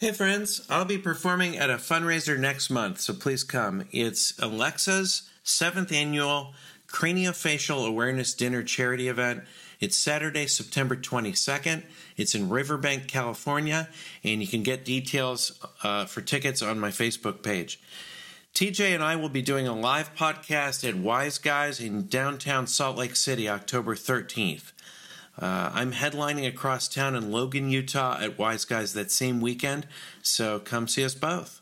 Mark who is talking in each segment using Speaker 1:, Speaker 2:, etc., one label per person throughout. Speaker 1: Hey, friends, I'll be performing at a fundraiser next month, so please come. It's Alexa's seventh annual Craniofacial Awareness Dinner charity event. It's Saturday, September 22nd. It's in Riverbank, California, and you can get details uh, for tickets on my Facebook page. TJ and I will be doing a live podcast at Wise Guys in downtown Salt Lake City, October 13th. Uh, I'm headlining across town in Logan, Utah at Wise Guys that same weekend, so come see us both.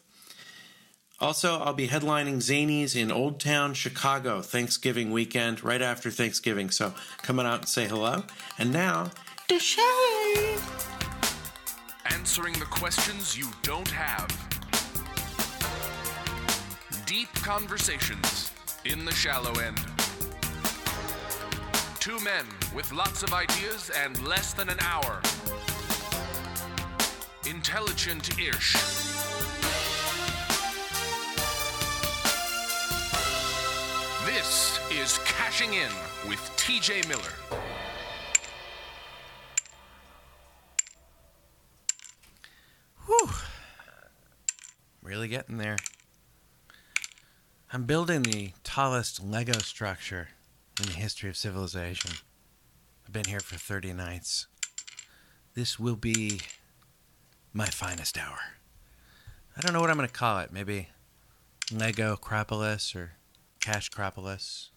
Speaker 1: Also, I'll be headlining Zanies in Old Town, Chicago, Thanksgiving weekend, right after Thanksgiving. So come on out and say hello. And now, Deshay!
Speaker 2: Answering the questions you don't have. Deep conversations in the shallow end. Two men with lots of ideas and less than an hour. Intelligent ish. This is Cashing In with TJ Miller.
Speaker 1: Whew. Really getting there. I'm building the tallest Lego structure in the history of civilization. I've been here for 30 nights. This will be my finest hour. I don't know what I'm going to call it. Maybe Lego Acropolis or Cash Acropolis.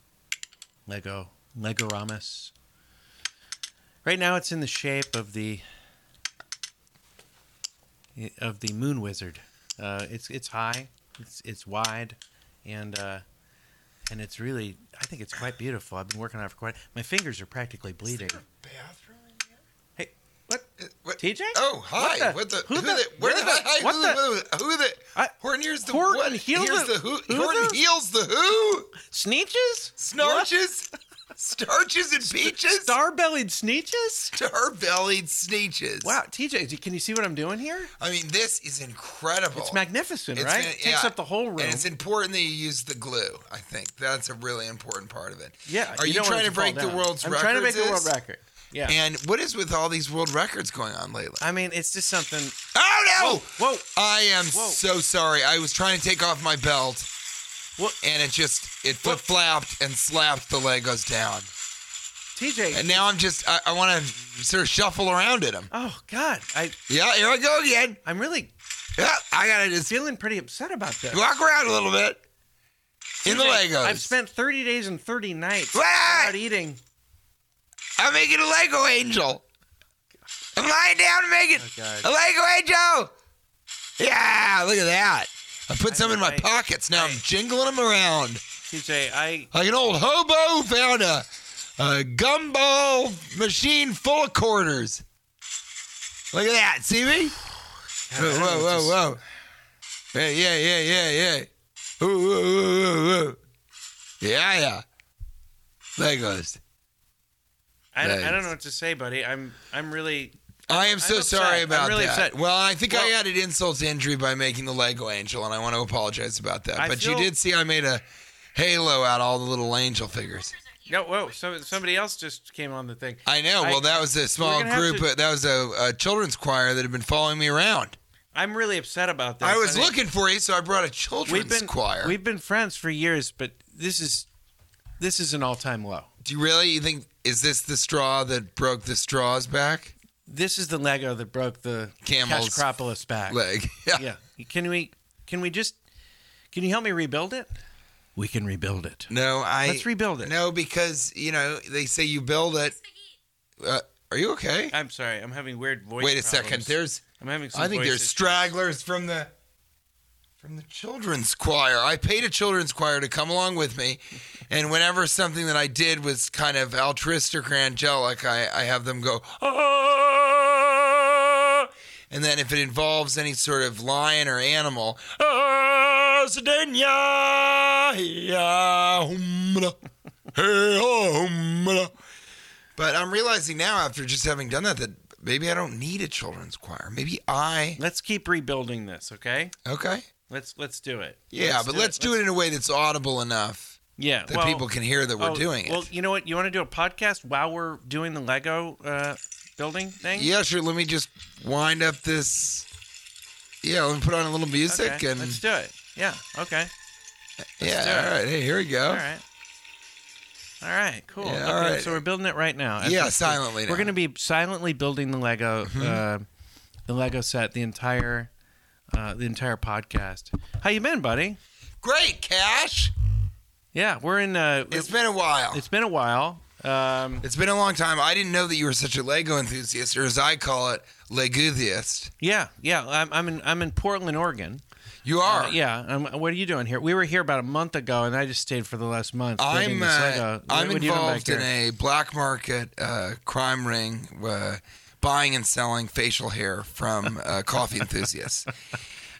Speaker 1: Lego Legoramus. Right now it's in the shape of the of the Moon Wizard. Uh, it's it's high, it's it's wide, and uh, and it's really I think it's quite beautiful. I've been working on it for quite. My fingers are practically bleeding.
Speaker 3: bathroom in here? Uh,
Speaker 1: Hey, what?
Speaker 3: What?
Speaker 1: TJ?
Speaker 3: Oh, hi. What the? who the? Where the? hi,
Speaker 1: what
Speaker 3: who
Speaker 1: the-
Speaker 3: the? Who the?
Speaker 1: I-
Speaker 3: Horn hears the
Speaker 1: Horton
Speaker 3: what?
Speaker 1: heals
Speaker 3: hears
Speaker 1: the-
Speaker 3: the who?
Speaker 1: who
Speaker 3: Horton
Speaker 1: the-
Speaker 3: heals the who?
Speaker 1: Sneeches?
Speaker 3: Snarches, starches and peaches.
Speaker 1: Star bellied sneeches?
Speaker 3: Star-bellied sneeches.
Speaker 1: Wow, TJ, do- can you see what I'm doing here?
Speaker 3: I mean, this is incredible.
Speaker 1: It's magnificent,
Speaker 3: Oh, It's
Speaker 1: right?
Speaker 3: ma-
Speaker 1: it takes
Speaker 3: yeah.
Speaker 1: up the whole room.
Speaker 3: And it's important that you use the glue. I think that's a really important part of it.
Speaker 1: yeah.
Speaker 3: Are you,
Speaker 1: don't want
Speaker 3: trying
Speaker 1: it
Speaker 3: to
Speaker 1: fall
Speaker 3: break the
Speaker 1: down.
Speaker 3: world's
Speaker 1: I'm
Speaker 3: record?
Speaker 1: trying to make the world record. Yeah.
Speaker 3: And what is with all these world records going on lately?
Speaker 1: I mean, it's just something.
Speaker 3: oh no!
Speaker 1: Whoa, whoa.
Speaker 3: I am
Speaker 1: Whoa.
Speaker 3: so sorry. I was trying to take off my belt,
Speaker 1: What?
Speaker 3: and it just it
Speaker 1: What?
Speaker 3: flip flopped and slapped the Legos down.
Speaker 1: TJ.
Speaker 3: And now I'm just I, I want to sort of shuffle around at them.
Speaker 1: oh, God. I,
Speaker 3: Yeah, here I go again.
Speaker 1: I'm really
Speaker 3: Yeah, I gotta just
Speaker 1: feeling pretty upset about this.
Speaker 3: walk around a little bit in the
Speaker 1: TJ,
Speaker 3: Legos.
Speaker 1: I've spent 30 days and 30 nights
Speaker 3: Ah!
Speaker 1: without eating.
Speaker 3: I'm making a Lego angel. I'm lying down and making
Speaker 1: God.
Speaker 3: a Lego angel. Yeah, look at that. I put some in my
Speaker 1: I-
Speaker 3: pockets. Now I, am
Speaker 1: I-
Speaker 3: jingling them around.
Speaker 1: TJ, I.
Speaker 3: like an old hobo found a, a gumball machine full of quarters. Look at that. See me? Whoa, whoa, whoa, whoa. Hey, yeah, yeah, yeah, yeah. Ooh, ooh, ooh, ooh, ooh. Yeah, yeah. Legos.
Speaker 1: I, I don't
Speaker 3: Thanks.
Speaker 1: know what to say, buddy. I'm I'm really
Speaker 3: I am so
Speaker 1: I'm upset.
Speaker 3: sorry
Speaker 1: I'm
Speaker 3: about
Speaker 1: really
Speaker 3: that.
Speaker 1: upset.
Speaker 3: Well, I think I
Speaker 1: Well-
Speaker 3: added insult to injury by making the Lego angel, and I want to apologize about that.
Speaker 1: I
Speaker 3: but
Speaker 1: feel-
Speaker 3: you did see I made a halo out of all the little angel figures.
Speaker 1: no. Whoa! So, somebody else just came on the thing.
Speaker 3: I know.
Speaker 1: I-
Speaker 3: well, that was a small
Speaker 1: gonna have
Speaker 3: group.
Speaker 1: to-
Speaker 3: uh that was a, a children's choir that had been following me around.
Speaker 1: I'm really upset about this.
Speaker 3: I was
Speaker 1: think
Speaker 3: looking for you, so I brought a children's
Speaker 1: We've been
Speaker 3: choir.
Speaker 1: we've been friends for years, but this is this is an all time low.
Speaker 3: Do you really? You think is this the straw that broke the straws back
Speaker 1: This is the Lego that broke the
Speaker 3: Camel's
Speaker 1: Cashcropolis back.
Speaker 3: leg? Yeah.
Speaker 1: Yeah. Can we can we just can you help me rebuild it? we can rebuild it.
Speaker 3: No, I.
Speaker 1: Let's rebuild it.
Speaker 3: No, because you know they say you build it. Uh, are you okay?
Speaker 1: I'm sorry. I'm having weird voice.
Speaker 3: Wait a
Speaker 1: problems.
Speaker 3: second. There's.
Speaker 1: I'm having. Some
Speaker 3: I think
Speaker 1: voice
Speaker 3: there's
Speaker 1: issues.
Speaker 3: stragglers from the from the children's choir. I paid a children's choir to come along with me, and whenever something that I did was kind of altruistic or angelic, I, I have them go ah, and then if it involves any sort of lion or animal, "Ah, Sedenya, hee-ah, hum-da, hee-ah, hum-da." but I'm realizing now after just having done that that maybe I don't need a children's choir. Maybe I
Speaker 1: Let's keep rebuilding this, okay?
Speaker 3: okay.
Speaker 1: Let's let's do it.
Speaker 3: Yeah, but let's do it in a way that's audible enough
Speaker 1: Yeah,
Speaker 3: that
Speaker 1: well-
Speaker 3: people can hear that we're
Speaker 1: oh,
Speaker 3: doing it.
Speaker 1: Well, you know what? You want to do a podcast while we're doing the Lego uh, building thing?
Speaker 3: yeah, sure. Let me just wind up this. Yeah, let me put on a little music
Speaker 1: Okay,
Speaker 3: and
Speaker 1: let's do it. Yeah. Okay.
Speaker 3: yeah.
Speaker 1: do it.
Speaker 3: All right, hey, here we go.
Speaker 1: All right. All right. Cool.
Speaker 3: Oh. Yeah,
Speaker 1: okay,
Speaker 3: all right.
Speaker 1: So we're building it right now. As
Speaker 3: Yeah,
Speaker 1: we speak.
Speaker 3: silently now. Mm-hmm.
Speaker 1: We're going to be silently building the Lego, uh, the Lego set, the entire, uh, the entire podcast. How you been, buddy?
Speaker 3: Great, Cash.
Speaker 1: Yeah, we're in. Uh,
Speaker 3: It's been a while.
Speaker 1: it's been a while. Um,
Speaker 3: it's been a long time. I didn't know that you were such a Lego enthusiast, or as I call it, Leguthiest.
Speaker 1: yeah, yeah. I'm, I'm in. I'm in Portland, Oregon.
Speaker 3: You are.
Speaker 1: Uh, yeah. Um, what are you doing here? We were here about a month ago, and I just stayed for the last month. building
Speaker 3: I'm
Speaker 1: this
Speaker 3: uh,
Speaker 1: Lego.
Speaker 3: I'm
Speaker 1: What are you doing back
Speaker 3: involved in
Speaker 1: here?
Speaker 3: a black market uh, crime ring, uh, buying and selling facial hair from uh, coffee enthusiasts.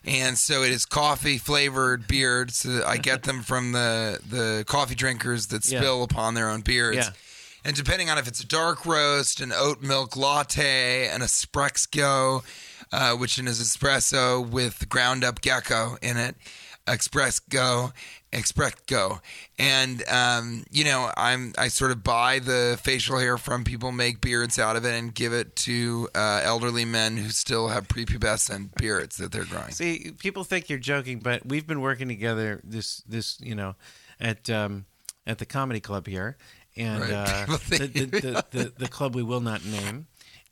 Speaker 3: And so it is coffee flavored beards. Uh, I get them from the, the coffee drinkers that
Speaker 1: Yeah.
Speaker 3: spill upon their own beards.
Speaker 1: Yeah.
Speaker 3: And depending on if it's a dark roast, an oat milk latte, an espresso, uh, which is espresso with ground up gecko in it, express go, express go. And, um, you know, I'm, I sort of buy the facial hair from people, make beards out of it, and give it to uh, elderly men who still have prepubescent beards that they're growing.
Speaker 1: See, people think you're joking, but we've been working together this this you know at um, at the comedy club here, and
Speaker 3: Right.
Speaker 1: uh,
Speaker 3: People
Speaker 1: the,
Speaker 3: think-
Speaker 1: the, the, the the club we will not name,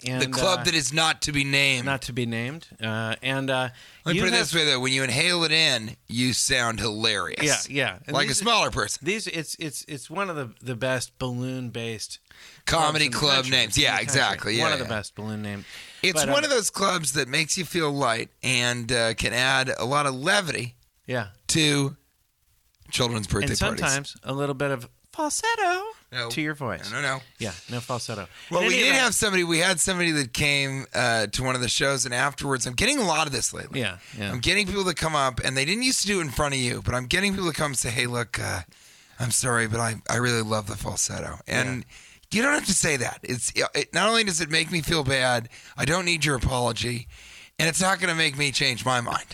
Speaker 1: and
Speaker 3: The club
Speaker 1: uh,
Speaker 3: that is not to be named.
Speaker 1: not to be named, uh, and uh,
Speaker 3: Let me
Speaker 1: you
Speaker 3: put it
Speaker 1: have-
Speaker 3: this way, though: when you inhale it in, you sound hilarious.
Speaker 1: Yeah, yeah. And
Speaker 3: like a
Speaker 1: these-
Speaker 3: smaller person.
Speaker 1: These it's it's it's one of the the best balloon based
Speaker 3: Comedy club names. Yeah, exactly. Yeah,
Speaker 1: one of the
Speaker 3: yeah.
Speaker 1: best balloon names. um,
Speaker 3: It's one of those clubs that makes you feel light and uh, can add a lot of levity
Speaker 1: yeah,
Speaker 3: to children's birthday
Speaker 1: and
Speaker 3: parties.
Speaker 1: sometimes a little bit of falsetto
Speaker 3: No.
Speaker 1: to your voice.
Speaker 3: No, no, no.
Speaker 1: Yeah, no falsetto.
Speaker 3: Well,
Speaker 1: In
Speaker 3: we
Speaker 1: any
Speaker 3: did
Speaker 1: event-
Speaker 3: have somebody. We had somebody that came uh, to one of the shows, and afterwards, I'm getting a lot of this lately.
Speaker 1: Yeah, yeah.
Speaker 3: I'm getting people to come up, and they didn't used to do it in front of you, but I'm getting people to come say, "Hey, look, uh, I'm sorry, but I I really love the falsetto," and you don't have to say that. It's it, not only does it make me feel bad, I don't need your apology, and it's not going to make me change my mind.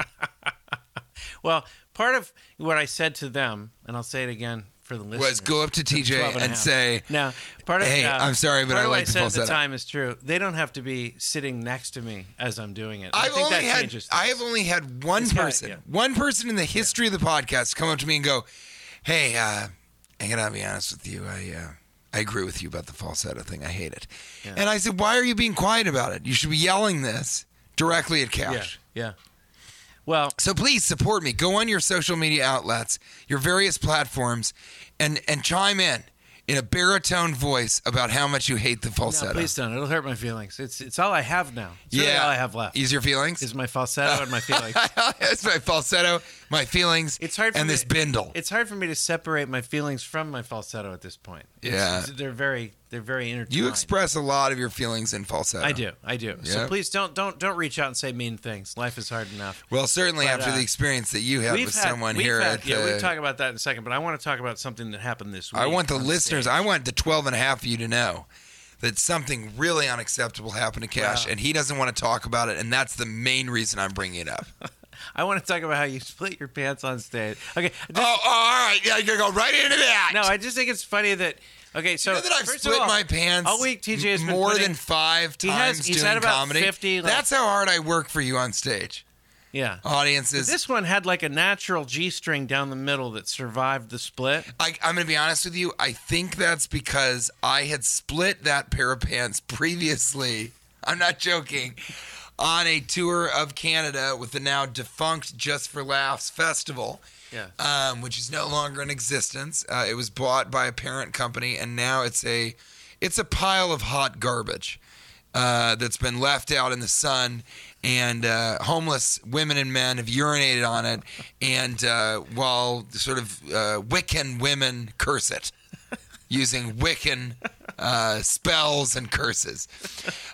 Speaker 1: Well, part of what I said to them, and I'll say it again for the listeners,
Speaker 3: was go up to TJ
Speaker 1: 12
Speaker 3: and,
Speaker 1: a half.
Speaker 3: say,
Speaker 1: "No, part of
Speaker 3: hey,
Speaker 1: uh,
Speaker 3: I'm sorry, but
Speaker 1: part
Speaker 3: I
Speaker 1: of what
Speaker 3: like the
Speaker 1: said at the
Speaker 3: falsetto.
Speaker 1: time is true. They don't have to be sitting next to me as I'm doing it. I
Speaker 3: I've
Speaker 1: think
Speaker 3: only
Speaker 1: that
Speaker 3: had
Speaker 1: changes.
Speaker 3: I have only had one
Speaker 1: It's got it,
Speaker 3: person,
Speaker 1: yeah.
Speaker 3: one person in the history of the podcast come up to me and go, "Hey, uh, I gotta be honest with you. I uh, I agree with you about the falsetto thing. I hate it." And I said, "Why are you being quiet about it? You should be yelling this directly at Cash."
Speaker 1: yeah, yeah. Well,
Speaker 3: So please support me. Go on your social media outlets, your various platforms, and and chime in in a baritone voice about how much you hate the
Speaker 1: no,
Speaker 3: falsetto.
Speaker 1: please don't. It'll hurt my feelings. It's it's all I have now. It's really all I have left
Speaker 3: Ease your feelings.
Speaker 1: is my falsetto and my feelings.
Speaker 3: That's my falsetto, my feelings,
Speaker 1: It's hard for
Speaker 3: and
Speaker 1: me
Speaker 3: this
Speaker 1: to-
Speaker 3: bindle.
Speaker 1: It's hard for me to separate my feelings from my falsetto at this point. It's-
Speaker 3: Yeah.
Speaker 1: it's- they're very they're very intertwined.
Speaker 3: You express a lot of your feelings in falsetto.
Speaker 1: I do, I do. So
Speaker 3: Yeah.
Speaker 1: please don't don't don't reach out and say mean things. Life is hard enough.
Speaker 3: Well, certainly
Speaker 1: But,
Speaker 3: after
Speaker 1: uh,
Speaker 3: the experience that you had with someone
Speaker 1: we've
Speaker 3: here
Speaker 1: had-
Speaker 3: at
Speaker 1: yeah,
Speaker 3: the,
Speaker 1: we'll talk about that in a second. But I want to talk about something that happened this week.
Speaker 3: I want the
Speaker 1: on
Speaker 3: listeners,
Speaker 1: stage.
Speaker 3: I want the 12 and a half of you to know that something really unacceptable happened to Cash, and he doesn't want to talk about it, and that's the main reason I'm bringing it up.
Speaker 1: I want to talk about how you split your pants on stage. Okay. I just-
Speaker 3: oh, oh, all right. Yeah, you're going to go right into that.
Speaker 1: No, I just think it's funny that. Okay, so
Speaker 3: you know that I've
Speaker 1: first of
Speaker 3: split
Speaker 1: all-
Speaker 3: my pants
Speaker 1: all week. TJ has been
Speaker 3: more
Speaker 1: putting-
Speaker 3: than five
Speaker 1: He has-
Speaker 3: times
Speaker 1: he's
Speaker 3: doing
Speaker 1: had about
Speaker 3: comedy.
Speaker 1: 50, like-
Speaker 3: That's how hard I work for you on stage.
Speaker 1: yeah.
Speaker 3: Audiences,
Speaker 1: This one had like a natural G string down the middle that survived the split.
Speaker 3: I, I'm going to be honest with you. I think that's because I had split that pair of pants previously. I'm not joking. On a tour of Canada with the now defunct Just for Laughs festival,
Speaker 1: Yeah.
Speaker 3: um, which is no longer in existence. Uh, it was bought by a parent company, and now it's a it's a pile of hot garbage uh, that's been left out in the sun. And uh, homeless women and men have urinated on it, and uh, while sort of uh, Wiccan women curse it using Wiccan uh, spells and curses.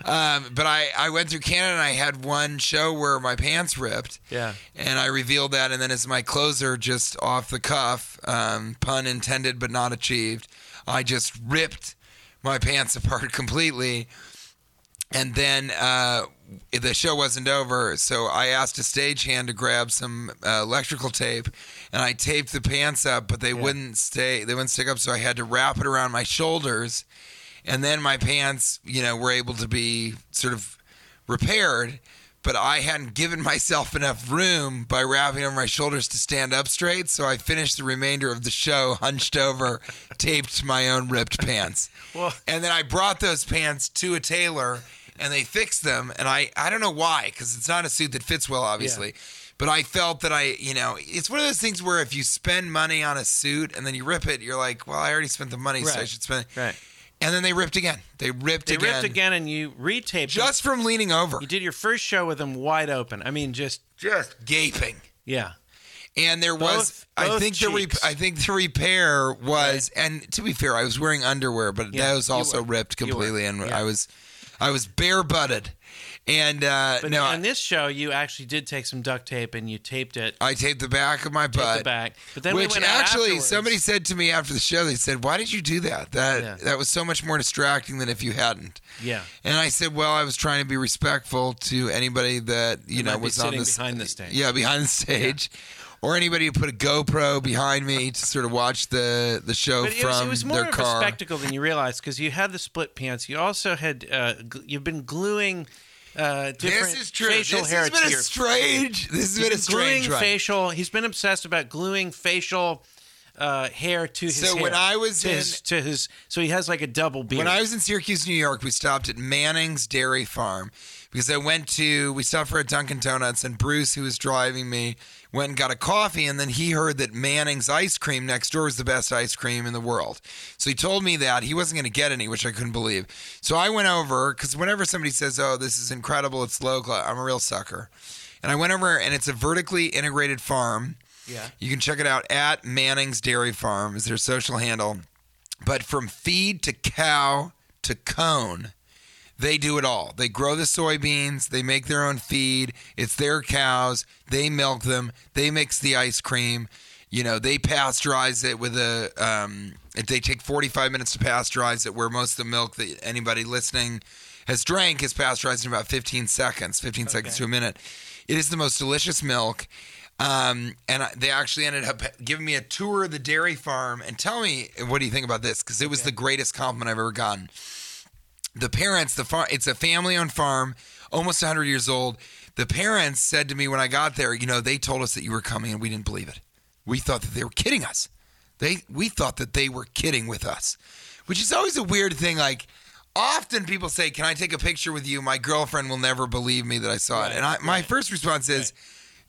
Speaker 3: Um, but I, I went through Canada and I had one show where my pants ripped.
Speaker 1: Yeah.
Speaker 3: And I revealed that. And then as my closer, just off the cuff, um, pun intended but not achieved, I just ripped my pants apart completely. And then uh, the show wasn't over, so I asked a stagehand to grab some uh, electrical tape, and I taped the pants up, but they wouldn't stay. They wouldn't stick up, so I had to wrap it around my shoulders, and then my pants, you know, were able to be sort of repaired. But I hadn't given myself enough room by wrapping over my shoulders to stand up straight, so I finished the remainder of the show hunched over, taped to my own ripped pants.
Speaker 1: Well-
Speaker 3: And then I brought those pants to a tailor and they fixed them. And I, I don't know why, because it's not a suit that fits well, obviously. But I felt that I, you know, it's one of those things where if you spend money on a suit and then you rip it, you're like, well, I already spent the money, so I
Speaker 1: Right.
Speaker 3: should spend it.
Speaker 4: Right.
Speaker 3: And then they ripped again. They ripped
Speaker 1: They
Speaker 3: again.
Speaker 1: ripped again and you retaped
Speaker 3: Just from leaning over,
Speaker 1: it. You did your first show with them wide open. I mean, just,
Speaker 3: just gaping.
Speaker 1: yeah.
Speaker 3: And there was,
Speaker 1: Both-
Speaker 3: I
Speaker 1: both
Speaker 3: think the re-
Speaker 1: cheeks.
Speaker 3: I think the repair was, and to be fair, I was wearing underwear, but
Speaker 1: Yeah,
Speaker 3: that was
Speaker 1: you
Speaker 3: also
Speaker 1: were.
Speaker 3: ripped
Speaker 1: You were.
Speaker 3: completely, and
Speaker 1: Yeah.
Speaker 3: I was, I was bare butted, and uh,
Speaker 1: But
Speaker 3: no,
Speaker 1: on
Speaker 3: I,
Speaker 1: this show, you actually did take some duct tape and you taped it
Speaker 3: I taped the back of my
Speaker 1: at
Speaker 3: butt.
Speaker 1: the back. But then
Speaker 3: Which
Speaker 1: we went out
Speaker 3: actually,
Speaker 1: afterwards.
Speaker 3: somebody said to me after the show, they said, "Why did you do that? That
Speaker 1: Yeah.
Speaker 3: that was so much more distracting than if you hadn't."
Speaker 1: Yeah.
Speaker 3: And I said, "Well, I was trying to be respectful to anybody that you know
Speaker 1: might be
Speaker 3: was on
Speaker 1: sitting
Speaker 3: this
Speaker 1: behind the stage.
Speaker 3: yeah, behind the stage, or anybody who put a GoPro behind me to sort of watch the the show
Speaker 1: But it
Speaker 3: from
Speaker 1: was, it was more
Speaker 3: their
Speaker 1: of
Speaker 3: car."
Speaker 1: a spectacle than you realized because you had the split pants. You also had uh, gl- you've been gluing uh, different
Speaker 3: this is true.
Speaker 1: facial
Speaker 3: This
Speaker 1: hair
Speaker 3: has been
Speaker 1: to
Speaker 3: a
Speaker 1: your
Speaker 3: strange. This has been a
Speaker 1: He's been
Speaker 3: strange
Speaker 1: gluing
Speaker 3: run.
Speaker 1: facial. He's been obsessed about gluing facial uh, hair to his.
Speaker 3: So
Speaker 1: hair,
Speaker 3: when I was
Speaker 1: to
Speaker 3: in-
Speaker 1: his, to his, so he has like a double beard.
Speaker 3: When I was in Syracuse, New York, we stopped at Manning's Dairy Farm because I went to, we stopped for a Dunkin' Donuts, and Bruce, who was driving me, went and got a coffee, and then he heard that Manning's ice cream next door was the best ice cream in the world. So he told me that he wasn't going to get any, which I couldn't believe. So I went over because whenever somebody says, "Oh, this is incredible, it's local," I'm a real sucker, and I went over, and it's a vertically integrated farm.
Speaker 1: Yeah.
Speaker 3: You can check it out at Manning's Dairy Farm is their social handle. But from feed to cow to cone, they do it all. They grow the soybeans, they make their own feed, it's their cows, they milk them, they mix the ice cream. You know, they pasteurize it with a. Um, they take 45 minutes to pasteurize it, where most of the milk that anybody listening has drank is pasteurized in about 15 seconds, 15 seconds to a minute. It is the most delicious milk. Um, and I, they actually ended up giving me a tour of the dairy farm and tell me, what do you think about this? Because it was the greatest compliment I've ever gotten the parents the farm it's a family owned farm almost 100 years old the parents said to me when i got there you know they told us that you were coming and we didn't believe it we thought that they were kidding us they we thought that they were kidding with us which is always a weird thing like often people say can i take a picture with you my girlfriend will never believe me that i saw it and I, my first response is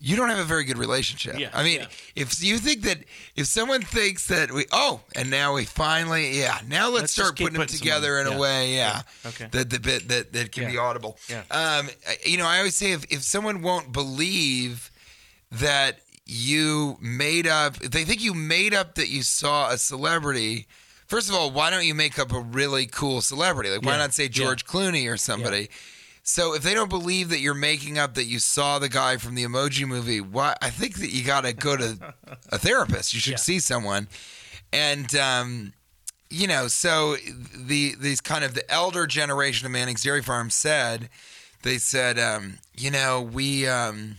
Speaker 3: you don't have a very good relationship
Speaker 1: Yeah,
Speaker 3: i mean
Speaker 1: yeah.
Speaker 3: if you think that if someone thinks that we oh and now we finally yeah now let's,
Speaker 1: Let's just
Speaker 3: start
Speaker 1: keep
Speaker 3: putting them
Speaker 1: putting some-
Speaker 3: together in
Speaker 1: yeah.
Speaker 3: a way yeah,
Speaker 1: Okay.
Speaker 3: that the bit that that can be
Speaker 1: Yeah.
Speaker 3: audible.
Speaker 1: Yeah.
Speaker 3: Um, I- you know, I always say if if someone won't believe that you made up, if they think you made up that you saw a celebrity. First of all, why don't you make up a really cool celebrity? Like, why
Speaker 1: Yeah.
Speaker 3: not say George Clooney or somebody? So if they don't believe that you're making up that you saw the guy from the Emoji Movie, why? I think that you got to go to a therapist. You should see someone, and. Um, you know, so the these kind of the elder generation of Manning's Dairy Farm said, they said, um, you know, we um,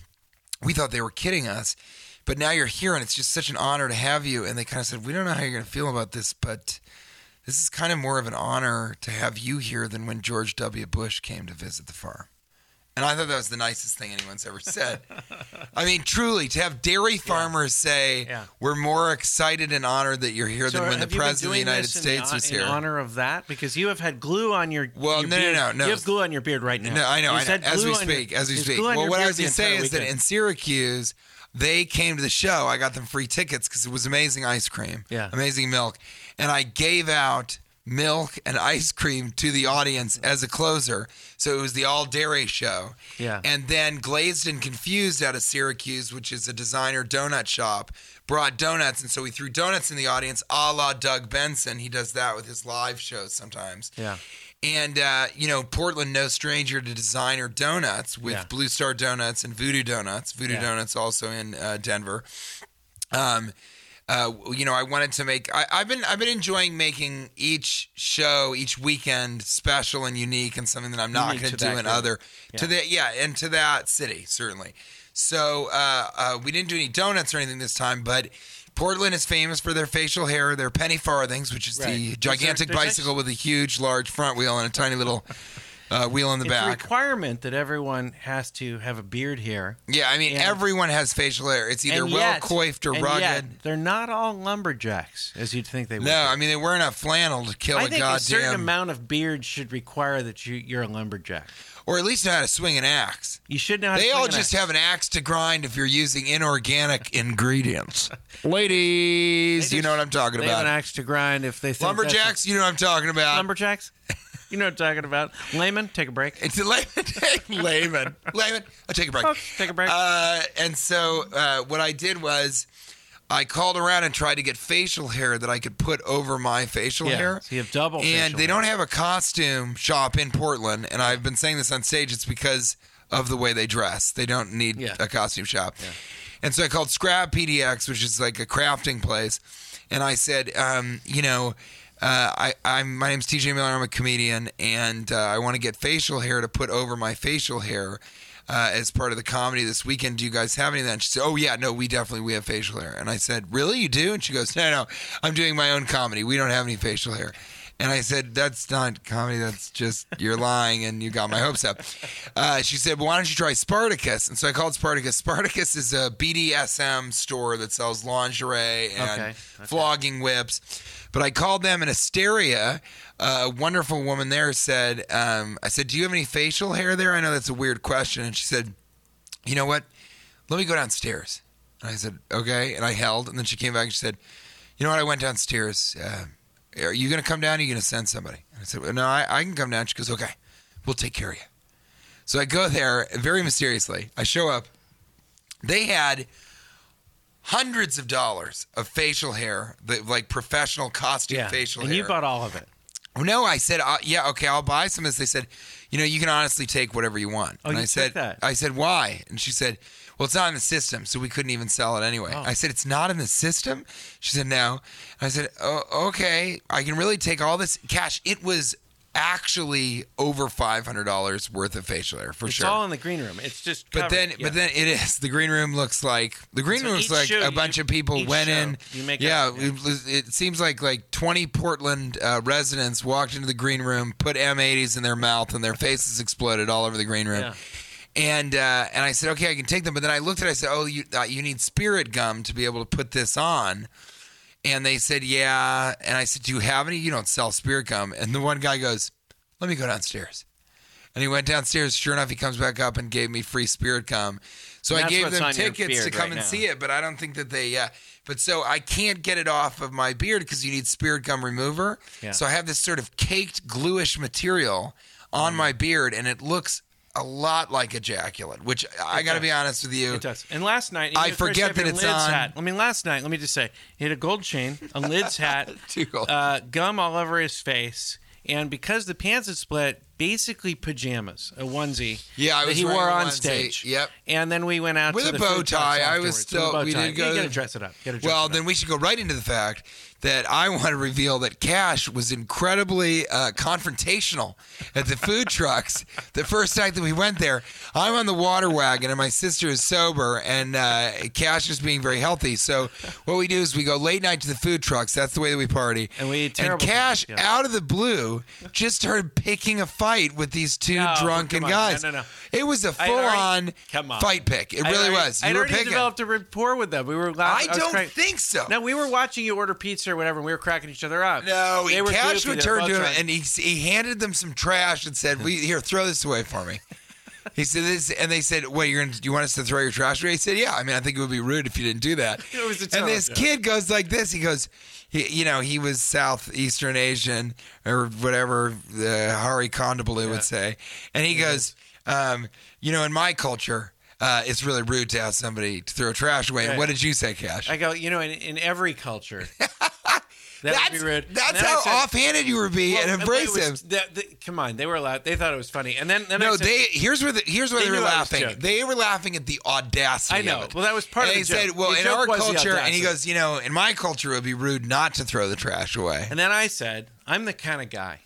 Speaker 3: we thought they were kidding us, but now you're here and it's just such an honor to have you. And they kind of said, we don't know how you're going to feel about this, but this is kind of more of an honor to have you here than when George W. Bush came to visit the farm. And I thought that was the nicest thing anyone's ever said. I mean, truly, to have dairy farmers say,
Speaker 1: Yeah.
Speaker 3: "We're more excited and honored that you're here
Speaker 1: So
Speaker 3: than when the
Speaker 1: have you been
Speaker 3: president of the
Speaker 1: doing
Speaker 3: United
Speaker 1: this in
Speaker 3: States
Speaker 1: hon-
Speaker 3: was here."
Speaker 1: In honor of that, because you have had glue on your
Speaker 3: Well,
Speaker 1: your
Speaker 3: no, no,
Speaker 1: beard.
Speaker 3: no, no.
Speaker 1: You have glue on your beard right now.
Speaker 3: No, I know.
Speaker 1: You
Speaker 3: I know.
Speaker 1: said
Speaker 3: As
Speaker 1: glue
Speaker 3: we
Speaker 1: on your-
Speaker 3: speak, as we
Speaker 1: there's
Speaker 3: speak.
Speaker 1: glue on
Speaker 3: Well,
Speaker 1: your
Speaker 3: what I
Speaker 1: beard
Speaker 3: was
Speaker 1: the
Speaker 3: going to say
Speaker 1: entire
Speaker 3: is that
Speaker 1: weekend.
Speaker 3: in Syracuse, they came to the show. I got them free tickets because it was amazing ice cream,
Speaker 1: Yeah.
Speaker 3: amazing milk, and I gave out milk and ice cream to the audience as a closer. So it was the all dairy show.
Speaker 1: Yeah.
Speaker 3: And then Glazed and Confused out of Syracuse, which is a designer donut shop, brought donuts, and so we threw donuts in the audience, a la Doug Benson. He does that with his live shows sometimes.
Speaker 1: Yeah.
Speaker 3: And uh, you know, Portland no stranger to designer donuts with
Speaker 1: Yeah.
Speaker 3: Blue Star Donuts and Voodoo Donuts. Voodoo
Speaker 1: Yeah.
Speaker 3: Donuts also in uh, Denver. Um, uh, you know, I wanted to make. I, I've been I've been enjoying making each show, each weekend, special and unique, and something that I'm not
Speaker 1: Unique
Speaker 3: going to
Speaker 1: to
Speaker 3: do
Speaker 1: that
Speaker 3: in
Speaker 1: group.
Speaker 3: other to the yeah, and to that city certainly. So uh, uh, we didn't do any donuts or anything this time, but. Portland is famous for their facial hair, their penny farthings, which is the
Speaker 1: Right.
Speaker 3: gigantic
Speaker 1: There's act-
Speaker 3: bicycle with a huge, large front wheel and a tiny little uh, wheel in the
Speaker 1: It's a
Speaker 3: back.
Speaker 1: requirement that everyone has to have a beard here.
Speaker 3: yeah, I mean,
Speaker 1: Yeah.
Speaker 3: everyone has facial hair. It's either
Speaker 1: And
Speaker 3: well
Speaker 1: yet-
Speaker 3: coiffed or
Speaker 1: and
Speaker 3: rugged.
Speaker 1: yet, they're not all lumberjacks, as you'd think they would.
Speaker 3: no,
Speaker 1: be.
Speaker 3: I mean, they wear enough flannel to kill
Speaker 1: I
Speaker 3: a
Speaker 1: think a certain
Speaker 3: goddamn.
Speaker 1: amount of beard should require that you, you're a lumberjack.
Speaker 3: or at least know how to swing an axe.
Speaker 1: You should know how to
Speaker 3: They
Speaker 1: swing
Speaker 3: all
Speaker 1: an
Speaker 3: just
Speaker 1: axe.
Speaker 3: have an axe to grind if you're using inorganic ingredients. Ladies,
Speaker 1: They
Speaker 3: you know
Speaker 1: just-
Speaker 3: what I'm talking
Speaker 1: They have an
Speaker 3: about.
Speaker 1: axe to grind if they think that's-
Speaker 3: Lumberjacks, you know what I'm talking about.
Speaker 1: lumberjacks. You know what I'm talking about. Layman, take a break.
Speaker 3: It's a layman. layman. Layman. I'll take a break.
Speaker 1: Okay, take a break.
Speaker 3: Uh, and so uh, what I did was I called around and tried to get facial hair that I could put over my facial
Speaker 1: Yeah,
Speaker 3: hair.
Speaker 1: so you have double
Speaker 3: And
Speaker 1: facial
Speaker 3: they don't have a costume shop in Portland. And I've been saying this on stage. It's because of the way they dress. They don't need
Speaker 1: Yeah.
Speaker 3: a costume shop. And so I called Scrap PDX, which is like a crafting place. And I said, um, you know, uh, I, I'm my name's TJ Miller. I'm a comedian, and uh, I want to get facial hair to put over my facial hair uh, as part of the comedy this weekend. Do you guys have any of that? And she said, Oh yeah, no, we definitely we have facial hair. And I said, Really, you do? And she goes, No, no, I'm doing my own comedy. We don't have any facial hair. And I said, That's not comedy. That's just you're lying, and you got my hopes up. Uh, she said, well, Why don't you try Spartacus? And so I called Spartacus. Spartacus is a BDSM store that sells lingerie and
Speaker 1: Okay,
Speaker 3: flogging whips. But I called them in Asteria. A wonderful woman there said, um, I said, Do you have any facial hair there? I know that's a weird question. And she said, You know what? Let me go downstairs. And I said, Okay. And I held. And then she came back and she said, You know what? I went downstairs. Uh, are you going to come down? Or are you going to send somebody? And I said, well, No, I, I can come down. She goes, Okay. We'll take care of you. So I go there very mysteriously. I show up. They had hundreds of dollars of facial hair, the, like professional costume
Speaker 1: Yeah.
Speaker 3: facial
Speaker 1: and
Speaker 3: hair.
Speaker 1: you bought all of it.
Speaker 3: No, I said, uh, yeah, okay, I'll buy some. As they said, you know, you can honestly take whatever you want.
Speaker 1: Oh,
Speaker 3: and
Speaker 1: you
Speaker 3: I
Speaker 1: took
Speaker 3: said,
Speaker 1: that.
Speaker 3: I said, why? And she said, well, it's not in the system, so we couldn't even sell it anyway.
Speaker 1: Oh.
Speaker 3: I said, it's not in the system. She said, no. And I said, oh, okay, I can really take all this cash. It was actually over five hundred dollars worth of facial hair for
Speaker 1: It's
Speaker 3: sure.
Speaker 1: all in the green room. It's just.
Speaker 3: But
Speaker 1: covered.
Speaker 3: then,
Speaker 1: Yeah.
Speaker 3: but then it is the green room looks like the green
Speaker 1: So
Speaker 3: room looks
Speaker 1: each
Speaker 3: like
Speaker 1: show
Speaker 3: a
Speaker 1: you-
Speaker 3: bunch of people
Speaker 1: each
Speaker 3: went
Speaker 1: show
Speaker 3: in.
Speaker 1: you make
Speaker 3: yeah,
Speaker 1: up, yeah.
Speaker 3: It, was- it seems like like twenty Portland uh, residents walked into the green room, put M80s in their mouth, and their faces exploded all over the green room.
Speaker 1: Yeah.
Speaker 3: And uh, and I said, okay, I can take them. But then I looked at, it, I said, oh, you uh, you need spirit gum to be able to put this on. And they said, yeah. And I said, do you have any? You don't sell spirit gum. And the one guy goes, let me go downstairs. And he went downstairs. Sure enough, he comes back up and gave me free spirit gum. So
Speaker 1: And
Speaker 3: I
Speaker 1: that's
Speaker 3: gave
Speaker 1: what's
Speaker 3: them
Speaker 1: on your
Speaker 3: tickets to
Speaker 1: beard
Speaker 3: come
Speaker 1: right
Speaker 3: and
Speaker 1: now.
Speaker 3: see it, but I don't think that they. Uh, but so I can't get it off of my beard because you need spirit gum remover.
Speaker 1: Yeah.
Speaker 3: So I have this sort of caked, gluish material
Speaker 1: Mm.
Speaker 3: on my beard, and it looks a lot like ejaculate. Which I got to
Speaker 1: does.
Speaker 3: be honest with you.
Speaker 1: It does. And last night,
Speaker 3: I
Speaker 1: you know, Chris,
Speaker 3: forget
Speaker 1: you have
Speaker 3: that
Speaker 1: your
Speaker 3: it's
Speaker 1: lids
Speaker 3: on.
Speaker 1: Hat. I mean, last night, let me just say, he had a gold chain, a lids hat,
Speaker 3: Two gold.
Speaker 1: uh, gum all over his face, and because the pants had split, basically pajamas, a onesie.
Speaker 3: Yeah, I
Speaker 1: that
Speaker 3: was
Speaker 1: he
Speaker 3: wearing
Speaker 1: wore
Speaker 3: a
Speaker 1: on
Speaker 3: onesie.
Speaker 1: stage.
Speaker 3: Yep.
Speaker 1: And then we went out
Speaker 3: With
Speaker 1: to
Speaker 3: a
Speaker 1: the
Speaker 3: bow
Speaker 1: food trucks
Speaker 3: tie, I was
Speaker 1: afterwards with a
Speaker 3: still-
Speaker 1: bow
Speaker 3: we
Speaker 1: tie.
Speaker 3: did go
Speaker 1: You
Speaker 3: to
Speaker 1: gotta
Speaker 3: the-
Speaker 1: dress it up. You gotta dress it
Speaker 3: Well,
Speaker 1: up.
Speaker 3: then we should go right into the fact that I want to reveal that Cash was incredibly uh, confrontational at the food trucks the first night that we went there. I'm on the water wagon, and my sister is sober, and uh, Cash is being very healthy. So what we do is we go late night to the food trucks. That's the way that we party.
Speaker 1: And we eat
Speaker 3: and
Speaker 1: terrible
Speaker 3: Cash
Speaker 1: things, yeah.
Speaker 3: out of the blue just started picking a fight with these two
Speaker 1: No,
Speaker 3: drunken
Speaker 1: come on.
Speaker 3: guys.
Speaker 1: No, no, no.
Speaker 3: It was a
Speaker 1: I had
Speaker 3: full
Speaker 1: already-
Speaker 3: on
Speaker 1: Come on.
Speaker 3: fight pick. It
Speaker 1: I
Speaker 3: really
Speaker 1: already-
Speaker 3: was. You
Speaker 1: I'd
Speaker 3: were
Speaker 1: already
Speaker 3: picking.
Speaker 1: developed a rapport with them. We were
Speaker 3: I
Speaker 1: laughing. was
Speaker 3: don't
Speaker 1: crying-
Speaker 3: think so.
Speaker 1: No, we were watching you order pizza or whatever, and we were cracking each other up.
Speaker 3: No,
Speaker 1: They
Speaker 3: he
Speaker 1: were
Speaker 3: cash
Speaker 1: goofy. They're
Speaker 3: returned
Speaker 1: both
Speaker 3: to him
Speaker 1: drunk.
Speaker 3: and he he handed them some trash and said, "We here, throw this away for me." He said this, and they said, "Wait, you're gonna, you want us to throw your trash away?" He said, "Yeah." I mean, I think it would be rude if you didn't do that.
Speaker 1: It was a
Speaker 3: and
Speaker 1: total
Speaker 3: this
Speaker 1: joke.
Speaker 3: kid goes like this. He goes, he, "You know, he was Southeastern Asian or whatever uh, Hari Kondabalu would say," and he goes, um, "You know, in my culture." Uh, it's really rude to ask somebody to throw trash away. And
Speaker 1: Right.
Speaker 3: What did you say, Cash?
Speaker 1: I go, you know, in, in every culture. That would
Speaker 3: that's
Speaker 1: be rude. And
Speaker 3: that's
Speaker 1: then I
Speaker 3: how
Speaker 1: said-
Speaker 3: offhanded you were being
Speaker 1: Well,
Speaker 3: and embrace
Speaker 1: it
Speaker 3: him.
Speaker 1: was- that- that- come on, they were allowed. They thought it was funny, and then, then I
Speaker 3: No,
Speaker 1: said,
Speaker 3: they here's where the, here's where
Speaker 1: They
Speaker 3: they, were
Speaker 1: knew I was
Speaker 3: laughing.
Speaker 1: joking.
Speaker 3: They were laughing at the audacity.
Speaker 1: I know.
Speaker 3: Of it.
Speaker 1: Well, that was part
Speaker 3: and
Speaker 1: of
Speaker 3: he
Speaker 1: the
Speaker 3: said,
Speaker 1: joke.
Speaker 3: "Well,
Speaker 1: The
Speaker 3: in
Speaker 1: joke
Speaker 3: our
Speaker 1: was the
Speaker 3: culture," and he
Speaker 1: audacity.
Speaker 3: goes, "You know, in my culture, it would be rude not to throw the trash away."
Speaker 1: and then I said, I'm the kind of guy.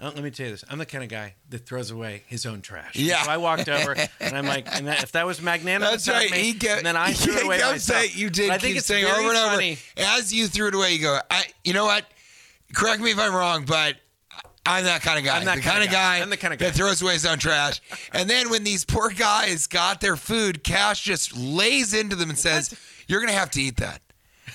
Speaker 1: Oh, let me tell you this. I'm the kind of guy that throws away his own trash.
Speaker 3: Yeah.
Speaker 1: So I walked over and I'm like, and that, if that was magnanimous,
Speaker 3: That's right.
Speaker 1: of me,
Speaker 3: He kept,
Speaker 1: and then I
Speaker 3: he
Speaker 1: threw it away
Speaker 3: kept
Speaker 1: myself.
Speaker 3: saying- you
Speaker 1: But
Speaker 3: did
Speaker 1: I think
Speaker 3: keep
Speaker 1: it's
Speaker 3: saying "Oh,
Speaker 1: very
Speaker 3: over and over.
Speaker 1: funny.
Speaker 3: As you threw it away, you go, I, you know what? Correct me if I'm wrong, but I'm that kind of guy.
Speaker 1: I'm that
Speaker 3: the
Speaker 1: kinda
Speaker 3: kind of
Speaker 1: guy.
Speaker 3: guy,
Speaker 1: I'm the kinda guy.
Speaker 3: that throws away his own trash. and then when these poor guys got their food, Cash just lays into them and says, "You're gonna have to eat that."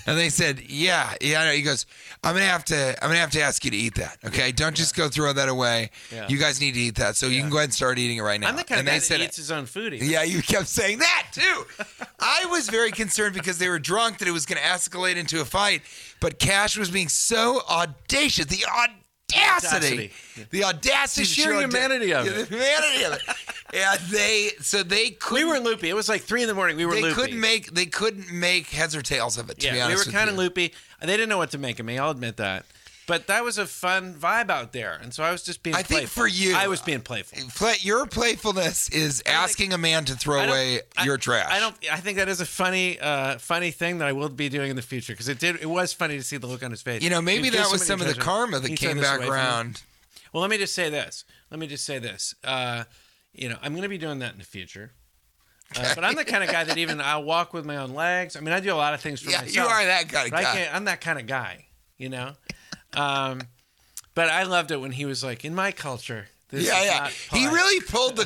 Speaker 3: And they said, "Yeah, yeah." I know." He goes, "I'm gonna have to. I'm gonna have to ask you to eat that. Okay, don't just go throw that away.
Speaker 1: Yeah.
Speaker 3: You guys need to eat that. So you can go ahead and start eating it right now."
Speaker 1: I'm the kind
Speaker 3: and
Speaker 1: of
Speaker 3: they
Speaker 1: guy that
Speaker 3: said
Speaker 1: eats his own food. even.
Speaker 3: yeah, you kept saying that too. I was very concerned because they were drunk that it was going to escalate into a fight, but Cash was being so audacious. The audacity.
Speaker 1: Audacity.
Speaker 3: The audacity.
Speaker 1: The
Speaker 3: to
Speaker 1: sheer
Speaker 3: show-
Speaker 1: humanity of
Speaker 3: Yeah,
Speaker 1: it.
Speaker 3: The humanity of it. Yeah, they so they
Speaker 1: We
Speaker 3: couldn't
Speaker 1: were loopy. It was like three in the morning. We were
Speaker 3: they
Speaker 1: loopy.
Speaker 3: couldn't make they couldn't make heads or tails of it to be
Speaker 1: Yeah, we
Speaker 3: honest.
Speaker 1: were
Speaker 3: with
Speaker 1: kind of
Speaker 3: you.
Speaker 1: loopy. They didn't know what to make of me. I'll admit that. But that was a fun vibe out there, and so I was just being.
Speaker 3: I think
Speaker 1: playful.
Speaker 3: for you-
Speaker 1: I was being playful.
Speaker 3: Play, your playfulness is asking a man to throw
Speaker 1: I don't-
Speaker 3: away
Speaker 1: I-
Speaker 3: your trash.
Speaker 1: I don't. I think that is a funny, uh, funny thing that I will be doing in the future because it did. It was funny to see the look on his face.
Speaker 3: You know, maybe
Speaker 1: He
Speaker 3: that
Speaker 1: kissed
Speaker 3: was
Speaker 1: him
Speaker 3: some
Speaker 1: and he
Speaker 3: of the
Speaker 1: touched him.
Speaker 3: karma that
Speaker 1: He
Speaker 3: came
Speaker 1: turned this
Speaker 3: back
Speaker 1: away from me.
Speaker 3: around.
Speaker 1: Well, let me just say this. Let me just say this. Uh, you know, I'm going to be doing that in the future. Uh, but I'm the kind of guy that even I walk with my own legs. I mean, I do a lot of things for
Speaker 3: Yeah,
Speaker 1: myself.
Speaker 3: you are that kind of
Speaker 1: But I
Speaker 3: guy.
Speaker 1: can't, I'm that kind of guy, you know. Um, but I loved it when he was like, "In my culture, this
Speaker 3: Yeah,
Speaker 1: is
Speaker 3: yeah.
Speaker 1: not
Speaker 3: He
Speaker 1: polite."
Speaker 3: really pulled the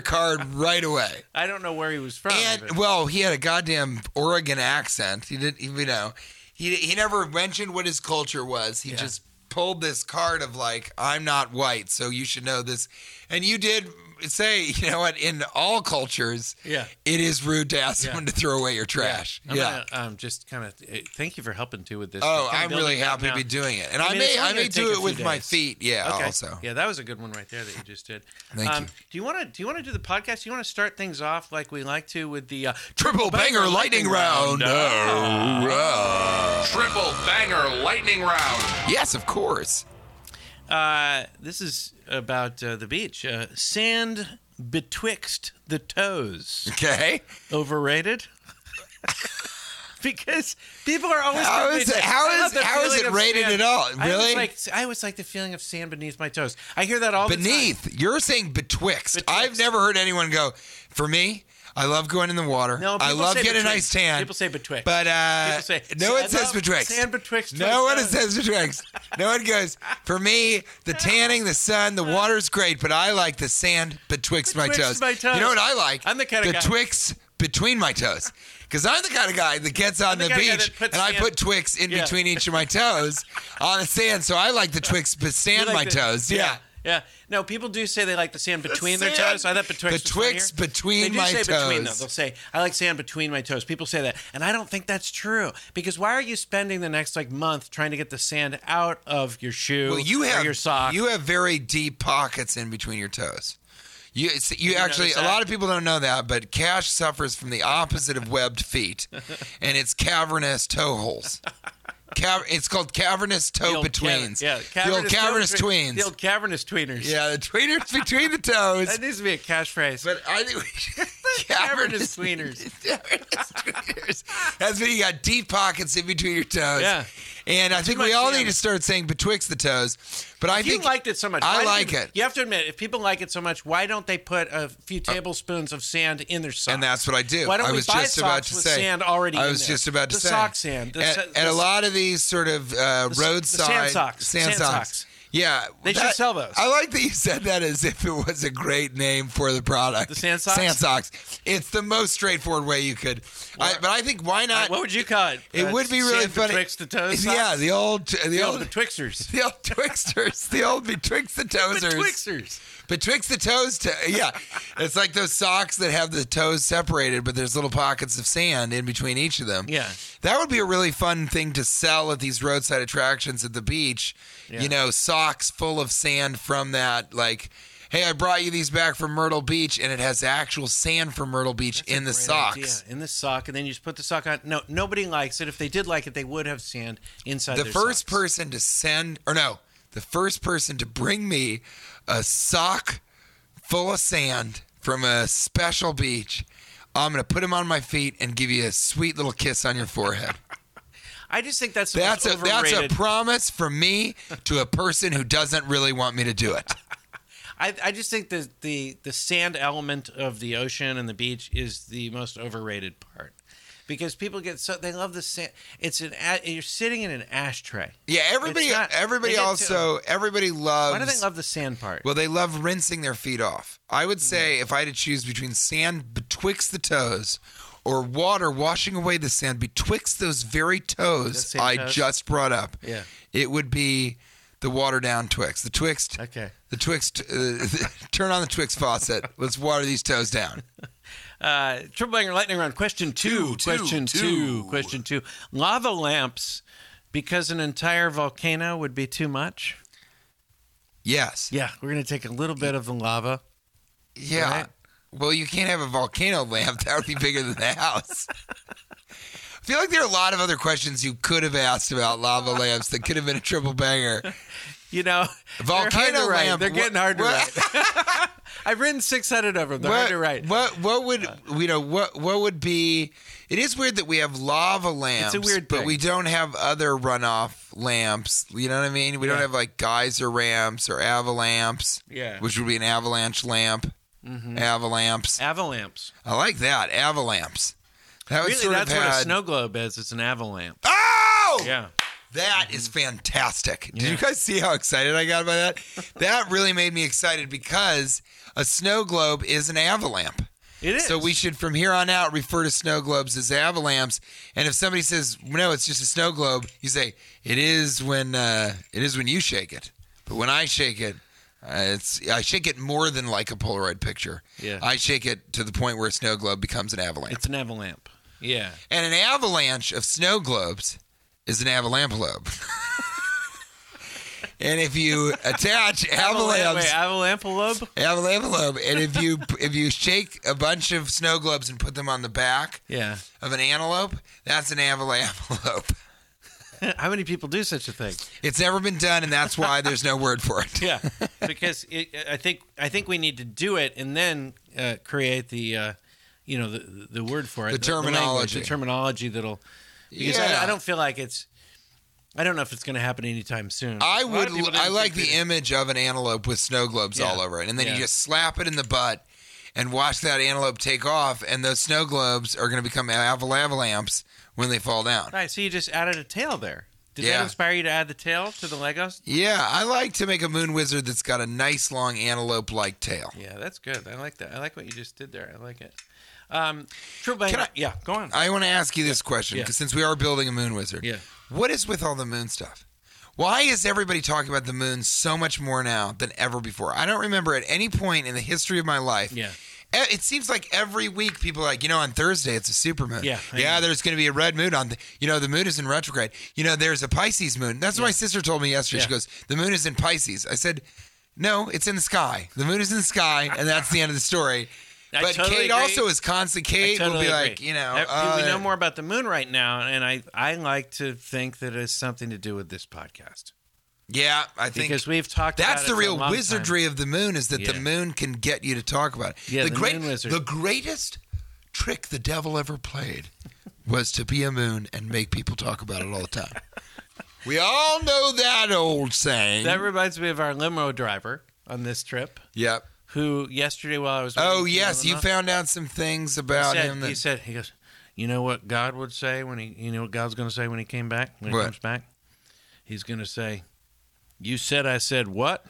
Speaker 3: card right away.
Speaker 1: I don't know where he was from.
Speaker 3: And
Speaker 1: but-
Speaker 3: well, he had a goddamn Oregon accent. He didn't, you know, he he never mentioned what his culture was. He just pulled this card of like, I'm not white, so you should know this. And you did say, you know what? In all cultures,
Speaker 1: Yeah.
Speaker 3: it is rude to ask someone to throw away your trash. Yeah.
Speaker 1: I'm Gonna, um, just kind of thank you for helping too with this.
Speaker 3: Oh,
Speaker 1: Kinda
Speaker 3: I'm
Speaker 1: building
Speaker 3: really
Speaker 1: it up
Speaker 3: happy to
Speaker 1: now.
Speaker 3: be doing it, and
Speaker 1: I
Speaker 3: I,
Speaker 1: mean, it's
Speaker 3: may
Speaker 1: only
Speaker 3: I may
Speaker 1: gonna
Speaker 3: do
Speaker 1: take a
Speaker 3: it with
Speaker 1: few
Speaker 3: my
Speaker 1: days.
Speaker 3: feet. Yeah,
Speaker 1: Okay.
Speaker 3: also.
Speaker 1: Yeah, that was a good one right there that you just did. Um,
Speaker 3: Thank you.
Speaker 1: Do you want to do you want to do the podcast? Do you want to start things off like we like to with the uh,
Speaker 3: Triple banger, lightning, round.
Speaker 2: Triple banger lightning round.
Speaker 3: Yes, of course.
Speaker 1: Uh, this is about uh, the beach. Uh, sand betwixt the toes.
Speaker 3: Okay.
Speaker 1: Overrated. because people are always
Speaker 3: How
Speaker 1: convicted.
Speaker 3: is it- how
Speaker 1: I
Speaker 3: is-
Speaker 1: love the
Speaker 3: how is
Speaker 1: feeling
Speaker 3: it
Speaker 1: of
Speaker 3: rated
Speaker 1: sand.
Speaker 3: at all?
Speaker 1: I
Speaker 3: Really?
Speaker 1: always like I always like the feeling of sand beneath my toes. I hear that all the time.
Speaker 3: beneath. You're saying betwixt.
Speaker 1: Betwixt.
Speaker 3: I've never heard anyone go. For me, I love going in the water.
Speaker 1: No,
Speaker 3: I
Speaker 1: people
Speaker 3: love
Speaker 1: say
Speaker 3: getting a
Speaker 1: betwixt.
Speaker 3: nice tan.
Speaker 1: People say betwixt.
Speaker 3: But uh,
Speaker 1: People say,
Speaker 3: no one
Speaker 1: "I
Speaker 3: says
Speaker 1: love
Speaker 3: betwixt.
Speaker 1: sand betwixt my
Speaker 3: No one
Speaker 1: toes."
Speaker 3: says betwixt. No one goes. For me, the tanning, the sun, the water's great, but I like the sand betwixt,
Speaker 1: Betwixt my toes.
Speaker 3: You know what I like?
Speaker 1: I'm the kinda guy-
Speaker 3: betwixt between my toes. Because I'm the kind of guy that gets on
Speaker 1: the
Speaker 3: the,
Speaker 1: kinda guy
Speaker 3: beach
Speaker 1: that
Speaker 3: and
Speaker 1: puts
Speaker 3: I
Speaker 1: sand-
Speaker 3: put Twix in
Speaker 1: Yeah.
Speaker 3: between each of my toes on the sand. So I like the Twix, but
Speaker 1: You
Speaker 3: sand
Speaker 1: like
Speaker 3: my
Speaker 1: the-
Speaker 3: toes.
Speaker 1: Yeah. Yeah. No, people do say they like the sand between their
Speaker 3: sand
Speaker 1: toes. I thought betwixt. was
Speaker 3: betwixt
Speaker 1: funnier.
Speaker 3: between
Speaker 1: they do
Speaker 3: my
Speaker 1: say Between, though.
Speaker 3: toes.
Speaker 1: They'll say I like sand between my toes. People say that, and I don't think that's true because why are you spending the next like month trying to get the sand out of your shoe?
Speaker 3: Well, you
Speaker 1: or
Speaker 3: have
Speaker 1: your sock.
Speaker 3: You have very deep pockets in between your toes. You, it's- you actually,
Speaker 1: notice
Speaker 3: a
Speaker 1: that?
Speaker 3: lot of people don't know that, but Cash suffers from the opposite of webbed feet, and it's cavernous toe holes. Cav- it's called cavernous
Speaker 1: The
Speaker 3: toe
Speaker 1: old
Speaker 3: betweens.
Speaker 1: caver- yeah,
Speaker 3: the old cavernous
Speaker 1: toe
Speaker 3: tweens.
Speaker 1: between- The old cavernous tweeners.
Speaker 3: yeah, the tweeners between the toes.
Speaker 1: That needs to be a catchphrase.
Speaker 3: But I think we should.
Speaker 1: cavernous tweeners.
Speaker 3: cavernous tweeners. That's when you got deep pockets in between your toes.
Speaker 1: Yeah.
Speaker 3: And I think
Speaker 1: much
Speaker 3: we all
Speaker 1: sand.
Speaker 3: need to start saying betwixt the toes. But I
Speaker 1: If you
Speaker 3: think
Speaker 1: liked it so much.
Speaker 3: I
Speaker 1: why
Speaker 3: like
Speaker 1: didn't-
Speaker 3: it.
Speaker 1: You have to admit, if people like it so much, why don't they put a few tablespoons of sand in their sock?
Speaker 3: Uh, And that's what I do.
Speaker 1: Why don't
Speaker 3: I
Speaker 1: we
Speaker 3: was
Speaker 1: buy
Speaker 3: just about
Speaker 1: socks
Speaker 3: to
Speaker 1: with
Speaker 3: say.
Speaker 1: sand already
Speaker 3: I
Speaker 1: in
Speaker 3: was
Speaker 1: there?
Speaker 3: just about to
Speaker 1: The
Speaker 3: say.
Speaker 1: sock sand, the
Speaker 3: at,
Speaker 1: sa-
Speaker 3: at
Speaker 1: the-
Speaker 3: a lot of these sort of uh,
Speaker 1: the
Speaker 3: roadside
Speaker 1: sand socks,
Speaker 3: sand
Speaker 1: sand
Speaker 3: socks.
Speaker 1: socks.
Speaker 3: Yeah,
Speaker 1: They should sell those.
Speaker 3: I like that you said that as if it was a great name for the product.
Speaker 1: The sand socks?
Speaker 3: Sand socks. It's the most straightforward way you could. I, but I think why not?
Speaker 1: What would you call it?
Speaker 3: It
Speaker 1: Uh,
Speaker 3: would be really
Speaker 1: sand
Speaker 3: funny.
Speaker 1: Betwixt the toes. socks?
Speaker 3: Yeah, the old, the,
Speaker 1: The
Speaker 3: old,
Speaker 1: old betwixters.
Speaker 3: the old Twixters, the old betwixt the toesers,
Speaker 1: Betwixters.
Speaker 3: betwixt the toes. To, yeah, it's like those socks that have the toes separated, but there's little pockets of sand in between each of them.
Speaker 1: Yeah.
Speaker 3: that would be a really fun thing to sell at these roadside attractions at the beach. You know, socks full of sand from that, like. Hey, I brought you these back from Myrtle Beach, and it has actual sand from Myrtle Beach in the socks.
Speaker 1: Yeah, in the sock, and then you just put the sock on. No, nobody likes it. If they did like it, they would have sand inside.
Speaker 3: the
Speaker 1: their
Speaker 3: first
Speaker 1: socks.
Speaker 3: person to send or no the first person to bring me a sock full of sand from a special beach i'm gonna put him on my feet and give you a sweet little kiss on your forehead
Speaker 1: I just think that's the
Speaker 3: that's a
Speaker 1: most overrated.
Speaker 3: that's a promise from me to a person who doesn't really want me to do it
Speaker 1: I, I just think the, the the sand element of the ocean and the beach is the most overrated part because people get so they love the sand. It's an a- you're sitting in an ashtray.
Speaker 3: yeah everybody
Speaker 1: It's not-
Speaker 3: everybody
Speaker 1: they get to-
Speaker 3: also everybody loves
Speaker 1: Why do they love the sand part?
Speaker 3: well, they love rinsing their feet off. I would say if I had to choose between sand betwixt the toes or water washing away the sand betwixt those very toes
Speaker 1: same
Speaker 3: I
Speaker 1: toes?
Speaker 3: just brought up,
Speaker 1: Yeah.
Speaker 3: it would be the water down Twix. The Twixt.
Speaker 1: Okay.
Speaker 3: The Twixt. Uh, turn on the Twix faucet. Let's water these toes down.
Speaker 1: Uh, triple banger lightning round. Question two.
Speaker 3: Two, two,
Speaker 1: question
Speaker 3: two.
Speaker 1: two. Question two. Lava lamps because an entire volcano would be too much.
Speaker 3: Yes.
Speaker 1: Yeah, we're gonna take a little bit of the lava.
Speaker 3: Yeah.
Speaker 1: Right?
Speaker 3: Well, you can't have a volcano lamp. That would be bigger than the house. I feel like there are a lot of other questions you could have asked about lava lamps that could have been a triple banger.
Speaker 1: You know,
Speaker 3: Volcano
Speaker 1: they're hard to write.
Speaker 3: lamp.
Speaker 1: They're getting hard to
Speaker 3: What-
Speaker 1: write. I've written six hundred of them. They're hard to write.
Speaker 3: What what would you know? What what would be? It is weird that we have lava lamps.
Speaker 1: weird
Speaker 3: but
Speaker 1: thing.
Speaker 3: we don't have other runoff lamps. You know what I mean? We don't
Speaker 1: Yeah.
Speaker 3: have like geyser ramps or avalamps.
Speaker 1: Yeah. Mm-hmm.
Speaker 3: which would be an avalanche lamp. Avalamps.
Speaker 1: Avalamps.
Speaker 3: I like that. Avalamps. That would
Speaker 1: Really,
Speaker 3: sort
Speaker 1: that's
Speaker 3: of
Speaker 1: what
Speaker 3: had.
Speaker 1: a snow globe is. It's an avalanche.
Speaker 3: oh,
Speaker 1: Yeah.
Speaker 3: That is fantastic. Did you guys see how excited I got by that? That really made me excited because a snow globe is an avalamp.
Speaker 1: It is.
Speaker 3: So we should, from here on out, refer to snow globes as avalamps. And if somebody says, "No, it's just a snow globe," you say, "It is when uh, it is when you shake it, but when I shake it, uh, it's I shake it more than like a Polaroid picture.
Speaker 1: Yeah.
Speaker 3: I shake it to the point where a snow globe becomes an avalanche.
Speaker 1: It's an avalanche. Yeah.
Speaker 3: and an avalanche of snow globes is an avalanche globe." And if you attach
Speaker 1: Avalan-
Speaker 3: avalanche
Speaker 1: Oh, Wait, avalanche lobe?
Speaker 3: have an envelope, and if you if you shake a bunch of snow globes and put them on the back
Speaker 1: Yeah.
Speaker 3: of an antelope, that's an avalanche.
Speaker 1: How many people do such a thing?
Speaker 3: It's never been done, and that's why there's no word for it.
Speaker 1: Yeah. because it, I think I think we need to do it and then uh, create the uh, you know the the word for it.
Speaker 3: The
Speaker 1: language,
Speaker 3: terminology.
Speaker 1: the terminology that'll because I-
Speaker 3: Yeah.
Speaker 1: I, don't feel like it's I don't know if it's going to happen anytime soon.
Speaker 3: I
Speaker 1: A lot
Speaker 3: would.
Speaker 1: of people didn't
Speaker 3: I like
Speaker 1: think
Speaker 3: the
Speaker 1: that-
Speaker 3: image of an antelope with snow globes
Speaker 1: Yeah.
Speaker 3: all over it, and then you
Speaker 1: Yeah.
Speaker 3: just slap it in the butt and watch that antelope take off, and those snow globes are going to become avalanches when they fall down.
Speaker 1: Right, so you just added a tail there. Did
Speaker 3: Yeah.
Speaker 1: that inspire you to add the tail to the Legos?
Speaker 3: Yeah, I like to make a moon wizard that's got a nice long antelope-like tail.
Speaker 1: Yeah, that's good. I like that. I like what you just did there. I like it. Um, True Banger.
Speaker 3: I-
Speaker 1: yeah, go on.
Speaker 3: I want to ask you this question
Speaker 1: Yeah.
Speaker 3: because since we are building a moon wizard,
Speaker 1: Yeah.
Speaker 3: what is with all the moon stuff? Why is everybody talking about the moon so much more now than ever before? I don't remember at any point in the history of my life.
Speaker 1: Yeah.
Speaker 3: e- It seems like every week people are like, you know, on Thursday it's a supermoon.
Speaker 1: Yeah, I
Speaker 3: Yeah,
Speaker 1: know.
Speaker 3: there's going to be a red moon on the, you know, the moon is in retrograde. You know, there's a Pisces moon. That's what my sister told me yesterday. She
Speaker 1: Yeah.
Speaker 3: goes, the moon is in Pisces. I said, no, it's in the sky. The moon is in the sky, and that's the end of the story.
Speaker 1: I
Speaker 3: but
Speaker 1: totally
Speaker 3: Kate
Speaker 1: agree.
Speaker 3: also is constant. Kate
Speaker 1: I
Speaker 3: will be
Speaker 1: agree.
Speaker 3: like, you know,
Speaker 1: Uh, we
Speaker 3: uh,
Speaker 1: know more about the moon right now, and I, I like to think that it has something to do with this podcast
Speaker 3: Yeah, I think
Speaker 1: because we've talked.
Speaker 3: that's
Speaker 1: about
Speaker 3: the
Speaker 1: it for a
Speaker 3: real
Speaker 1: long time.
Speaker 3: wizardry of the moon is that the
Speaker 1: Yeah.
Speaker 3: moon can get you to talk about it.
Speaker 1: Yeah,
Speaker 3: the,
Speaker 1: the
Speaker 3: great,
Speaker 1: moon wizard.
Speaker 3: the greatest trick the devil ever played was to be a moon and make people talk about it all the time. we all know that old saying.
Speaker 1: That reminds me of our limo driver on this trip,
Speaker 3: yep.
Speaker 1: who yesterday while I was waiting
Speaker 3: Oh
Speaker 1: for
Speaker 3: yes,
Speaker 1: the
Speaker 3: you
Speaker 1: limo,
Speaker 3: found out some things
Speaker 1: he
Speaker 3: about
Speaker 1: said,
Speaker 3: him. That,
Speaker 1: he said he goes, you know what God would say when he, you know what God's going to say when he came back when
Speaker 3: What?
Speaker 1: he comes back, he's going to say, You said I said what?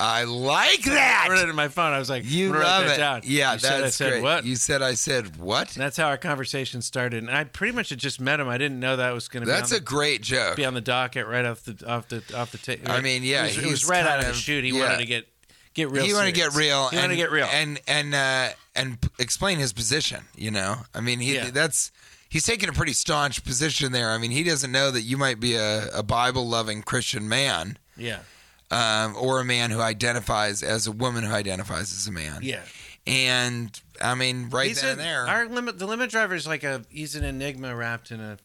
Speaker 3: I like
Speaker 1: I wrote it
Speaker 3: that.
Speaker 1: in my phone. I was like,
Speaker 3: You
Speaker 1: I'm gonna write
Speaker 3: love
Speaker 1: that
Speaker 3: it.
Speaker 1: down.
Speaker 3: Yeah,
Speaker 1: you
Speaker 3: that's
Speaker 1: said I said
Speaker 3: great.
Speaker 1: what?
Speaker 3: You said I said what?
Speaker 1: And that's how our conversation started. And I pretty much had just met him. I didn't know that was going to be, on
Speaker 3: That's a
Speaker 1: the-
Speaker 3: great joke.
Speaker 1: be on the docket right off the off the off the tape.
Speaker 3: I mean, yeah,
Speaker 1: it was, it
Speaker 3: he's
Speaker 1: was right out of the
Speaker 3: kind of-
Speaker 1: shoot. He
Speaker 3: yeah.
Speaker 1: wanted to get get real.
Speaker 3: He wanted to
Speaker 1: serious.
Speaker 3: get real.
Speaker 1: He
Speaker 3: and,
Speaker 1: wanted to get real.
Speaker 3: and and uh, and p- explain his position. You know, I mean, he
Speaker 1: Yeah.
Speaker 3: that's he's taking a pretty staunch position there. I mean, he doesn't know that you might be a, a Bible loving Christian man.
Speaker 1: yeah,
Speaker 3: um, or a man who identifies as a woman who identifies as a man.
Speaker 1: yeah.
Speaker 3: And I mean, right
Speaker 1: He's an-
Speaker 3: then and there,
Speaker 1: Our limit the limit driver is like a he's an enigma wrapped in a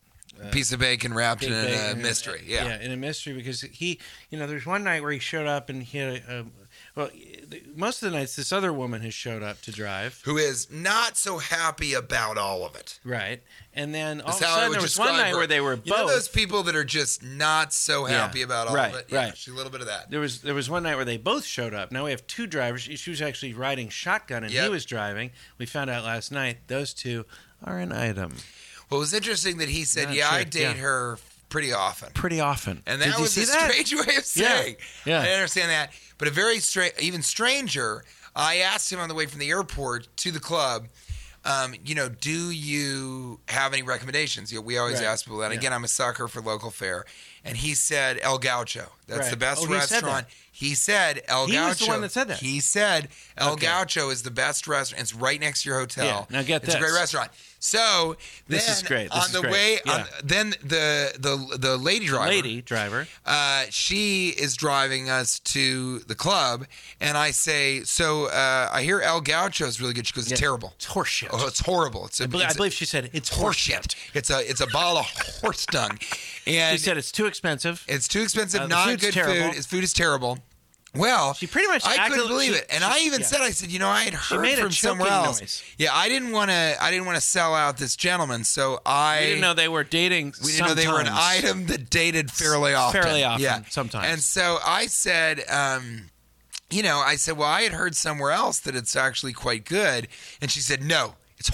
Speaker 3: piece of bacon wrapped in
Speaker 1: big thing,
Speaker 3: a
Speaker 1: and-
Speaker 3: mystery. Yeah.
Speaker 1: yeah, in a mystery because he, you know, there's one night where he showed up and he had a, a well, most of the nights this other woman has showed up to drive,
Speaker 3: Who is not so happy about all of it.
Speaker 1: right? And then all
Speaker 3: That's
Speaker 1: of a
Speaker 3: how I
Speaker 1: sudden
Speaker 3: would
Speaker 1: there was one
Speaker 3: describe
Speaker 1: night
Speaker 3: her.
Speaker 1: where they were both.
Speaker 3: You know those people that are just not so happy about all
Speaker 1: right,
Speaker 3: of it. Yeah,
Speaker 1: right.
Speaker 3: She's a little bit of that.
Speaker 1: there was there was one night where they both showed up. Now we have two drivers. She she was actually riding shotgun and he
Speaker 3: Yep.
Speaker 1: was driving. We found out last night those two are an item
Speaker 3: Well, it was interesting that he said,
Speaker 1: Not
Speaker 3: "Yeah, I
Speaker 1: sure,
Speaker 3: date
Speaker 1: yeah.
Speaker 3: her pretty often."
Speaker 1: pretty often.
Speaker 3: And
Speaker 1: Did
Speaker 3: that
Speaker 1: you
Speaker 3: was
Speaker 1: see
Speaker 3: a
Speaker 1: that?
Speaker 3: strange way of
Speaker 1: Yeah,
Speaker 3: saying.
Speaker 1: yeah.
Speaker 3: I understand that. But a very strange, even stranger, I asked him on the way from the airport to the club, um, you know, do you have any recommendations? You know, we always
Speaker 1: Right.
Speaker 3: ask people that.
Speaker 1: Yeah.
Speaker 3: Again, I'm a sucker for local fare. And he said El Gaucho. That's
Speaker 1: Right.
Speaker 3: the best
Speaker 1: Oh, he said that.
Speaker 3: restaurant. He said El
Speaker 1: He
Speaker 3: Gaucho.
Speaker 1: was the one that said that.
Speaker 3: He said El
Speaker 1: Okay.
Speaker 3: Gaucho is the best restaurant. It's right next to your hotel.
Speaker 1: Yeah. Now get
Speaker 3: it's a great
Speaker 1: this.
Speaker 3: restaurant. So
Speaker 1: This is
Speaker 3: then
Speaker 1: great. This
Speaker 3: on
Speaker 1: is
Speaker 3: the
Speaker 1: great.
Speaker 3: way, on-
Speaker 1: Yeah.
Speaker 3: then the the the lady driver,
Speaker 1: Lady driver.
Speaker 3: uh, she is driving us to the club, and I say, "So uh, I hear El Gaucho is really good." She goes, "It's terrible.
Speaker 1: It's horseshit.
Speaker 3: Oh, it's horrible. It's a,
Speaker 1: I believe- I
Speaker 3: it's a-
Speaker 1: believe she said it's
Speaker 3: horseshit. It's a it's a ball of horse dung,
Speaker 1: She
Speaker 3: and
Speaker 1: said it's too expensive.
Speaker 3: it's too expensive.
Speaker 1: uh, the
Speaker 3: not
Speaker 1: food's
Speaker 3: good
Speaker 1: terrible.
Speaker 3: food. Its food is terrible." Well,
Speaker 1: She pretty much
Speaker 3: I couldn't
Speaker 1: acted-
Speaker 3: believe
Speaker 1: she-
Speaker 3: it, and
Speaker 1: she-
Speaker 3: I even
Speaker 1: yeah.
Speaker 3: said, "I said, you know, I had heard
Speaker 1: made a
Speaker 3: from somewhere
Speaker 1: choking
Speaker 3: else."
Speaker 1: noise.
Speaker 3: Yeah, I didn't want to. I didn't want to sell out this gentleman, so I
Speaker 1: we didn't know they were dating.
Speaker 3: we didn't know they were an
Speaker 1: sometimes.
Speaker 3: item that dated fairly often.
Speaker 1: Fairly often,
Speaker 3: yeah.
Speaker 1: sometimes.
Speaker 3: And so I said, um, you know, I said, well, I had heard somewhere else that it's actually quite good, and she said, no, it's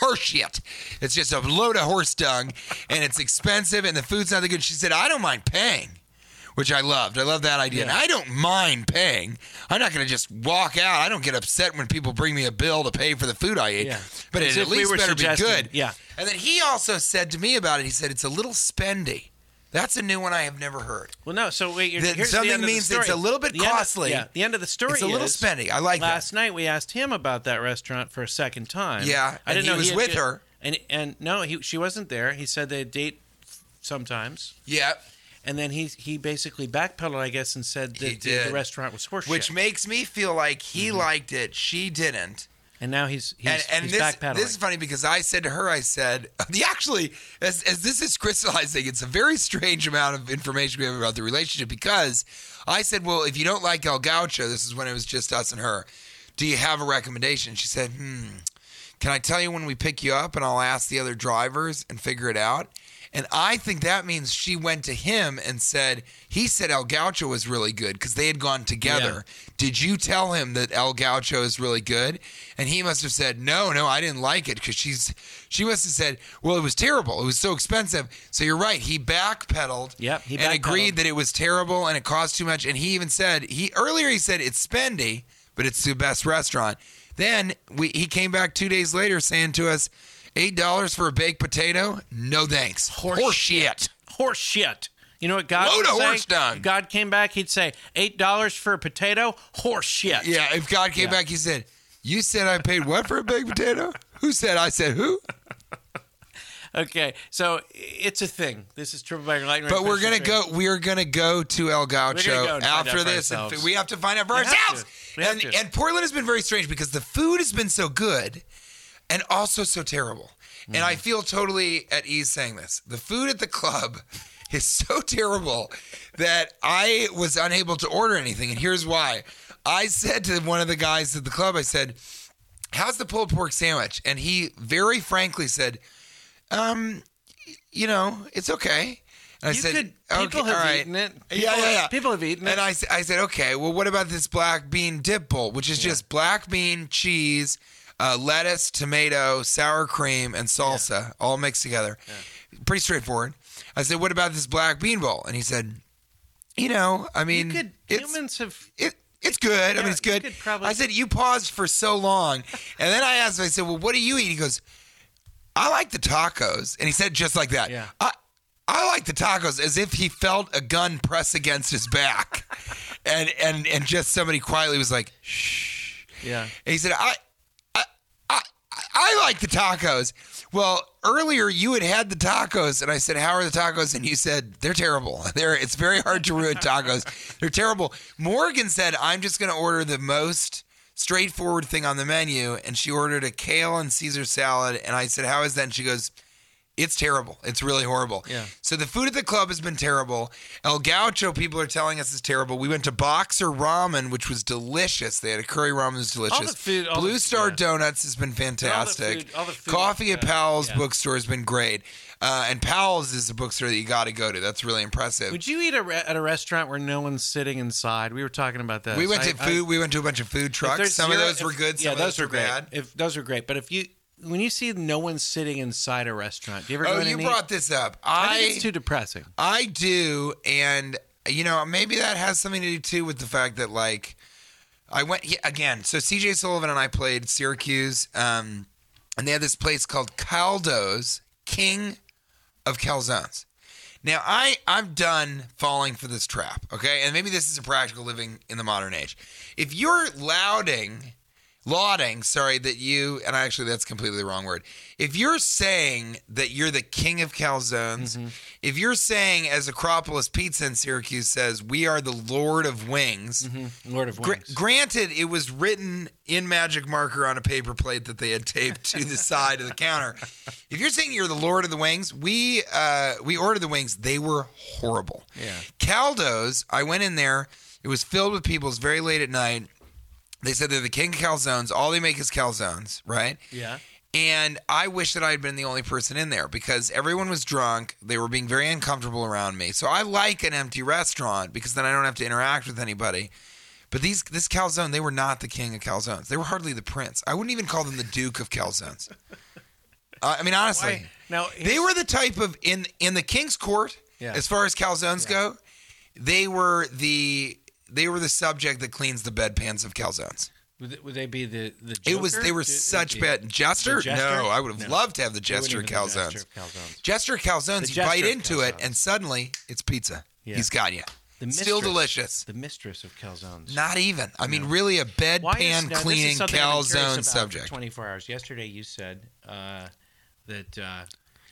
Speaker 3: horseshit. It's just a load of horse dung, and it's expensive, and the food's not that good. She said, I don't mind paying. Which I loved. I love that idea. And
Speaker 1: Yeah.
Speaker 3: I don't mind paying. I'm not going to just walk out. I don't get upset when people bring me a bill to pay for the food I ate.
Speaker 1: Yeah.
Speaker 3: But
Speaker 1: As
Speaker 3: it
Speaker 1: if
Speaker 3: at
Speaker 1: we
Speaker 3: least
Speaker 1: were
Speaker 3: better be
Speaker 1: suggesting-
Speaker 3: good.
Speaker 1: yeah.
Speaker 3: And then he also said to me about it, he said, it's a little spendy. That's a new one I have never heard.
Speaker 1: Well, no. So wait, you're,
Speaker 3: That
Speaker 1: here's
Speaker 3: something
Speaker 1: the end of the
Speaker 3: means it's
Speaker 1: story.
Speaker 3: a little bit
Speaker 1: The end of-
Speaker 3: costly.
Speaker 1: yeah. The end of the story.
Speaker 3: It's a little
Speaker 1: is,
Speaker 3: spendy. I like that.
Speaker 1: Last night we asked him about that restaurant for a second time.
Speaker 3: Yeah,
Speaker 1: I
Speaker 3: and
Speaker 1: didn't
Speaker 3: he
Speaker 1: know
Speaker 3: was
Speaker 1: had
Speaker 3: with
Speaker 1: ju-
Speaker 3: her.
Speaker 1: And and no, he she wasn't there. He said they date sometimes,
Speaker 3: Yeah.
Speaker 1: and then he he basically backpedaled, I guess, and said
Speaker 3: He
Speaker 1: that the, the
Speaker 3: did.
Speaker 1: restaurant was horseshit.
Speaker 3: Which makes me feel like he liked it, she didn't.
Speaker 1: and now he's he's,
Speaker 3: And, and
Speaker 1: he's
Speaker 3: this,
Speaker 1: backpedaling.
Speaker 3: this is funny because I said to her, I said, the actually, as, as this is crystallizing, it's a very strange amount of information we have about the relationship because I said, well, if you don't like El Gaucho, this is when it was just us and her, do you have a recommendation? She said, hmm, can I tell you when we pick you up and I'll ask the other drivers and figure it out? And I think that means she went to him and said, he said El Gaucho was really good because they had gone together. Did you tell him that El Gaucho is really good? And he must have said, no, no, I didn't like it because she's, she must have said, well, it was terrible. It was so expensive. So you're right. He backpedaled
Speaker 1: Yep, he
Speaker 3: and
Speaker 1: backpedaled.
Speaker 3: agreed that it was terrible and it cost too much. And he even said, he earlier he said, it's spendy, but it's the best restaurant. Then we, he came back two days later saying to us, $8 for a baked potato? No thanks.
Speaker 1: Horse
Speaker 3: shit.
Speaker 1: horse shit. You know what God
Speaker 3: Load
Speaker 1: would
Speaker 3: of
Speaker 1: say?
Speaker 3: horse dung.
Speaker 1: God came back, he'd say eight dollars for a potato. Horse shit.
Speaker 3: Yeah, if God came back, he said, You said I paid what for a baked potato? Who said I said who?
Speaker 1: Okay, so it's a thing. This is Triple Bagger Lightning.
Speaker 3: But
Speaker 1: Round
Speaker 3: we're gonna
Speaker 1: Fishing
Speaker 3: go. We're gonna go to El Gaucho
Speaker 1: We're gonna go and find out
Speaker 3: after
Speaker 1: for
Speaker 3: this. and
Speaker 1: ourselves.
Speaker 3: f- we have to find out for
Speaker 1: We have
Speaker 3: ourselves.
Speaker 1: to. We have
Speaker 3: and
Speaker 1: to.
Speaker 3: and Portland has been very strange because the food has been so good, and also so terrible. And
Speaker 1: Mm-hmm.
Speaker 3: I feel totally at ease saying this. The food at the club is so terrible that I was unable to order anything. And here's why. I said to one of the guys at the club, I said, "How's the pulled pork sandwich?" And he very frankly said, um, you know, it's okay. And I
Speaker 1: You
Speaker 3: said,
Speaker 1: could-
Speaker 3: okay,
Speaker 1: people have
Speaker 3: all right.
Speaker 1: eaten it.
Speaker 3: yeah,
Speaker 1: People-
Speaker 3: yeah, yeah.
Speaker 1: people have eaten it.
Speaker 3: And I, s- I said, okay, well, what about this black bean dip bowl, which is just black bean, cheese, uh, lettuce, tomato, sour cream, and salsa all mixed together. Pretty straightforward. I said, what about this black bean bowl? And he said, you know, I mean,
Speaker 1: you could
Speaker 3: it's,
Speaker 1: humans have
Speaker 3: it, it's good. I
Speaker 1: Yeah,
Speaker 3: mean, it's
Speaker 1: you
Speaker 3: good.
Speaker 1: could probably-
Speaker 3: I said, you paused for so long. And then I asked him, I said, well, what do you eat? He goes, I like the tacos. And he said just like that.
Speaker 1: Yeah.
Speaker 3: I, I like the tacos as if he felt a gun press against his back. and, and, and just somebody quietly was like, shh.
Speaker 1: yeah
Speaker 3: And he said, I, I, I, I like the tacos. Well, earlier you had had the tacos, and I said, How are the tacos? And you said, They're terrible. They're, it's very hard to ruin tacos. They're terrible. Morgan said, I'm just going to order the most straightforward thing on the menu. And she ordered a kale and Caesar salad. And I said, How is that? And she goes, it's terrible. It's really horrible.
Speaker 1: Yeah.
Speaker 3: So the food at the club has been terrible. El Gaucho, people are telling us is terrible. We went to Boxer Ramen, which was delicious. They had a curry ramen that was delicious.
Speaker 1: food- all
Speaker 3: Blue
Speaker 1: the-
Speaker 3: Star
Speaker 1: yeah.
Speaker 3: Donuts has been fantastic.
Speaker 1: food- all the food-
Speaker 3: Coffee at
Speaker 1: yeah,
Speaker 3: Powell's
Speaker 1: yeah.
Speaker 3: bookstore has been great. Uh, and Powell's is a bookstore that you got to go to. That's really impressive.
Speaker 1: would you eat a re- at a restaurant where no one's sitting inside we were talking about that
Speaker 3: we went to food. we went to a bunch of food trucks.
Speaker 1: there's
Speaker 3: Some of
Speaker 1: zero-
Speaker 3: those were
Speaker 1: if-
Speaker 3: good. Some
Speaker 1: yeah,
Speaker 3: of
Speaker 1: those, were great.
Speaker 3: bad.
Speaker 1: If those were great, but if you when you see no one sitting inside a restaurant, do you ever
Speaker 3: Oh,
Speaker 1: go in
Speaker 3: you
Speaker 1: and
Speaker 3: brought
Speaker 1: eat?
Speaker 3: this up.
Speaker 1: I think it's too depressing.
Speaker 3: I do, and you know, maybe that has something to do too with the fact that like I went yeah, again. So CJ Sullivan and I played Syracuse, um, and they had this place called Caldo's King of Calzones. Now I I'm done falling for this trap, okay? And maybe this is a practical living in the modern age. If you're lauding lauding, sorry, that you and I actually that's completely the wrong word. If you're saying that you're the king of calzones, if you're saying as Acropolis Pizza in Syracuse says, we are the lord of wings,
Speaker 1: Lord of
Speaker 3: Gr-
Speaker 1: Wings.
Speaker 3: granted, it was written in magic marker on a paper plate that they had taped to the side of the counter. If you're saying you're the Lord of the Wings, we uh, we ordered the wings. They were horrible.
Speaker 1: Yeah.
Speaker 3: Caldo's. I went in there. It was filled with people. It's very late at night. They said they're the king of calzones. All they make is calzones, right?
Speaker 1: yeah.
Speaker 3: And I wish that I had been the only person in there because everyone was drunk. They were being very uncomfortable around me. So I like an empty restaurant because then I don't have to interact with anybody. But these this calzone, they were not the king of calzones. They were hardly the prince. I wouldn't even call them the duke of calzones. Uh, I mean, honestly,
Speaker 1: Why- now,
Speaker 3: they were the type of in in the king's court
Speaker 1: Yeah.
Speaker 3: as far as calzones go. They were the they were the subject that cleans the bedpans of calzones.
Speaker 1: Would they, would they be the the?
Speaker 3: It was they were such bad jester?
Speaker 1: Jester?
Speaker 3: No, I would have
Speaker 1: No.
Speaker 3: loved to have the
Speaker 1: wouldn't
Speaker 3: jester
Speaker 1: even have the
Speaker 3: calzones.
Speaker 1: Jester calzones.
Speaker 3: Jester
Speaker 1: The
Speaker 3: calzones, you
Speaker 1: Jester
Speaker 3: bite into it,
Speaker 1: calzones.
Speaker 3: and suddenly it's pizza.
Speaker 1: Yeah.
Speaker 3: He's got you.
Speaker 1: The
Speaker 3: Still
Speaker 1: mistress.
Speaker 3: delicious.
Speaker 1: The mistress of calzones.
Speaker 3: Not even. I mean, really,
Speaker 1: Why
Speaker 3: a
Speaker 1: is- now,
Speaker 3: bedpan
Speaker 1: this is
Speaker 3: cleaning
Speaker 1: something I've been curious
Speaker 3: calzone
Speaker 1: about for
Speaker 3: subject.
Speaker 1: Twenty-four hours. Yesterday, you said uh, that uh,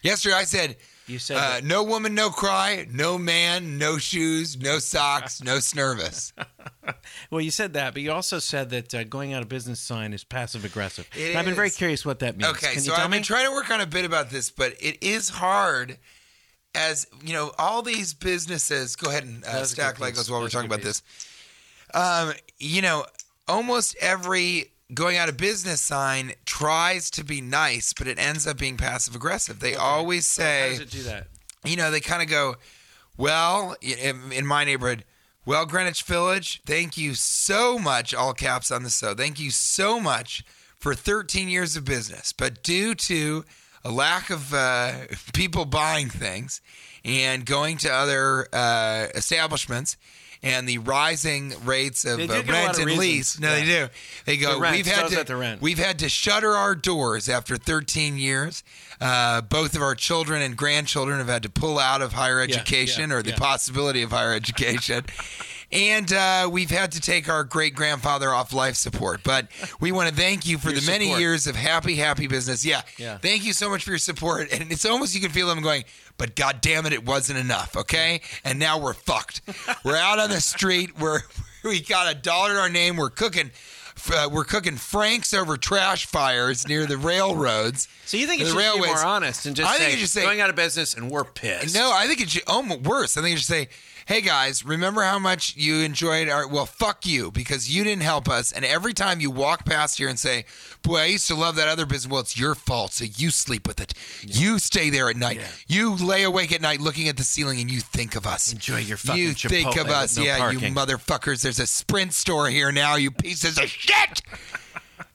Speaker 3: Yesterday, I said,
Speaker 1: you said
Speaker 3: uh,
Speaker 1: that-
Speaker 3: "No woman, no cry. No man, no shoes, no socks, no snervous."
Speaker 1: well, you said that, but you also said that uh, going out of business sign is passive aggressive.
Speaker 3: It
Speaker 1: And I've been very
Speaker 3: is.
Speaker 1: curious what that means.
Speaker 3: Okay,
Speaker 1: Can
Speaker 3: so
Speaker 1: you tell
Speaker 3: I've
Speaker 1: me?
Speaker 3: been trying to work on a bit about this, but it is hard. As you know, all these businesses go ahead and uh,
Speaker 1: was a good
Speaker 3: stack
Speaker 1: piece.
Speaker 3: Legos while
Speaker 1: That
Speaker 3: we're
Speaker 1: was a
Speaker 3: talking
Speaker 1: good
Speaker 3: about this. Um, you know, almost every going out of business sign tries to be nice, but it ends up being passive aggressive. They always
Speaker 1: How
Speaker 3: say,
Speaker 1: does it do that?
Speaker 3: you know, they kind of go, well, in, in my neighborhood, well, Greenwich Village, thank you so much, all caps on the so. Thank you so much for 13 years of business. But due to a lack of uh, people buying things and going to other uh, establishments, and the rising rates of
Speaker 1: They do
Speaker 3: uh,
Speaker 1: give a lot
Speaker 3: rent
Speaker 1: of
Speaker 3: and
Speaker 1: reasons.
Speaker 3: lease. No, they
Speaker 1: Yeah.
Speaker 3: do. They go.
Speaker 1: The rent,
Speaker 3: We've had
Speaker 1: throws
Speaker 3: to.
Speaker 1: out the rent."
Speaker 3: We've had to shutter our doors after 13 years. Uh, both of our children and grandchildren have had to pull out of higher
Speaker 1: yeah,
Speaker 3: education or the
Speaker 1: yeah.
Speaker 3: possibility of higher education. And uh, we've had to take our great grandfather off life support. But we want to thank you for
Speaker 1: Your
Speaker 3: the many
Speaker 1: support.
Speaker 3: years of happy, happy business. Yeah.
Speaker 1: Yeah.
Speaker 3: Thank you so much for your support. And it's almost you can feel them going, but God damn it, it wasn't enough. Okay. And now we're fucked. we're out on the street. We're, we got a dollar in our name. We're cooking. Uh, we're cooking Franks over trash fires near the railroads.
Speaker 1: So you think
Speaker 3: The
Speaker 1: it should be
Speaker 3: railways.
Speaker 1: more honest and just
Speaker 3: I
Speaker 1: say,
Speaker 3: think it should say-
Speaker 1: going out of business and we're pissed.
Speaker 3: No, I think it should almost worse. I think it should say, "Hey guys, remember how much you enjoyed our well, fuck you because you didn't help us." And every time you walk past here and say, "Boy, I used to love that other business," well, it's your fault. So you sleep with it. You stay there at night. You lay awake at night looking at the ceiling and you think of us.
Speaker 1: Enjoy your fucking
Speaker 3: You think
Speaker 1: Chipotle
Speaker 3: of
Speaker 1: with
Speaker 3: us,
Speaker 1: no
Speaker 3: yeah, you
Speaker 1: parking.
Speaker 3: motherfuckers. There's a Sprint store here now. You pieces of shit.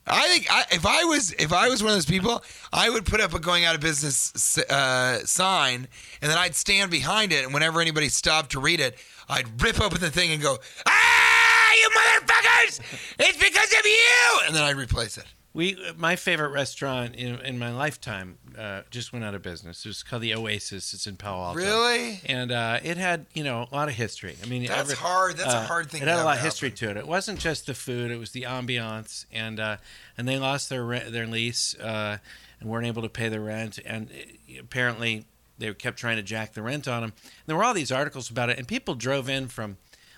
Speaker 3: I think I, if I was if I was one of those people, I would put up a going out of business uh, sign, and then I'd stand behind it, and whenever anybody stopped to read it, I'd rip open the thing and go, "Ah, you motherfuckers! It's because of you!" And then I'd replace it.
Speaker 1: We, my favorite restaurant in, in my lifetime, uh, just went out of business. It's called the Oasis. It's in Palo Alto.
Speaker 3: Really?
Speaker 1: And uh, it had, you know, a lot of history. I mean,
Speaker 3: That's
Speaker 1: every- uh,
Speaker 3: hard. That's a hard thing
Speaker 1: It
Speaker 3: to
Speaker 1: had a
Speaker 3: have
Speaker 1: lot of
Speaker 3: happen.
Speaker 1: history to it. It wasn't just the food; it was the ambiance, and uh, and they lost their rent, their lease, uh, and weren't able to pay the rent, and uh, apparently they kept trying to jack the rent on them. And there were all these articles about it, and people drove in from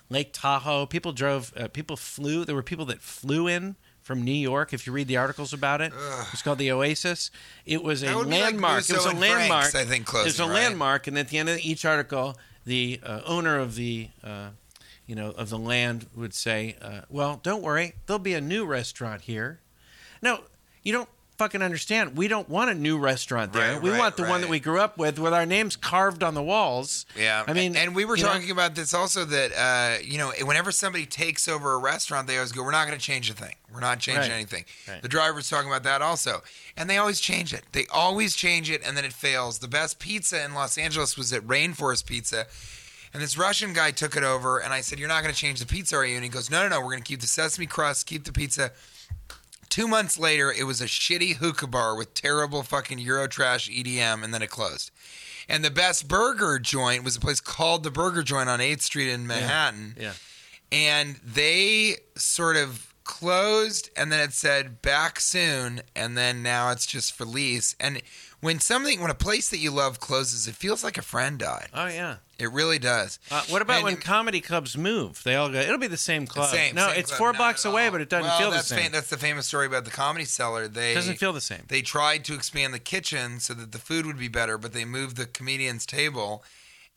Speaker 1: Lake Tahoe. People drove. Uh, people flew. There were people that flew in. From New York, if you read the articles about it, it's called the Oasis. It was a
Speaker 3: That would be like
Speaker 1: landmark. it
Speaker 3: Russo
Speaker 1: was a
Speaker 3: and
Speaker 1: landmark.
Speaker 3: Frank's, I
Speaker 1: it was a
Speaker 3: think, closing, right?
Speaker 1: landmark landmark, and at the end of each article, the uh, owner of the, uh, you know, of the land would say, uh, "Well, don't worry, there'll be a new restaurant here." No, you don't fucking understand. We don't want a new restaurant there.
Speaker 3: Right,
Speaker 1: we
Speaker 3: right,
Speaker 1: want the one that
Speaker 3: right.
Speaker 1: we grew up with, with our names carved on the walls. I mean,
Speaker 3: and we were
Speaker 1: you know,
Speaker 3: talking about this also that uh, you know, whenever somebody takes over a restaurant, they always go, "We're not going to change a thing. We're not changing
Speaker 1: Right.
Speaker 3: anything."
Speaker 1: Right.
Speaker 3: The driver's talking about that also, and they always change it. They always change it, and then it fails. The best pizza in Los Angeles was at Rainforest Pizza. And this Russian guy took it over, and I said, "You're not going to change the pizza, are you?" And he goes, "No, no, no. We're going to keep the sesame crust, keep the pizza." Two months later, it was a shitty hookah bar with terrible fucking Eurotrash EDM, and then it closed. And the best burger joint was a place called the Burger Joint on 8th Street in Manhattan.
Speaker 1: yeah.
Speaker 3: And they sort of closed, and then it said back soon, and then now it's just for lease. And when something, when a place that you love closes, it feels like a friend died.
Speaker 1: Oh yeah.
Speaker 3: It really does.
Speaker 1: Uh, what about
Speaker 3: And
Speaker 1: when
Speaker 3: it-
Speaker 1: comedy clubs move? They all go. It'll be the same club.
Speaker 3: same-
Speaker 1: no,
Speaker 3: same
Speaker 1: it's
Speaker 3: club,
Speaker 1: four
Speaker 3: not
Speaker 1: blocks
Speaker 3: at
Speaker 1: away,
Speaker 3: all.
Speaker 1: but it doesn't
Speaker 3: Well,
Speaker 1: feel the
Speaker 3: that's
Speaker 1: same.
Speaker 3: Fam- that's the famous story about the comedy cellar. They
Speaker 1: it doesn't feel the same.
Speaker 3: They tried to expand the kitchen so that the food would be better, but they moved the comedian's table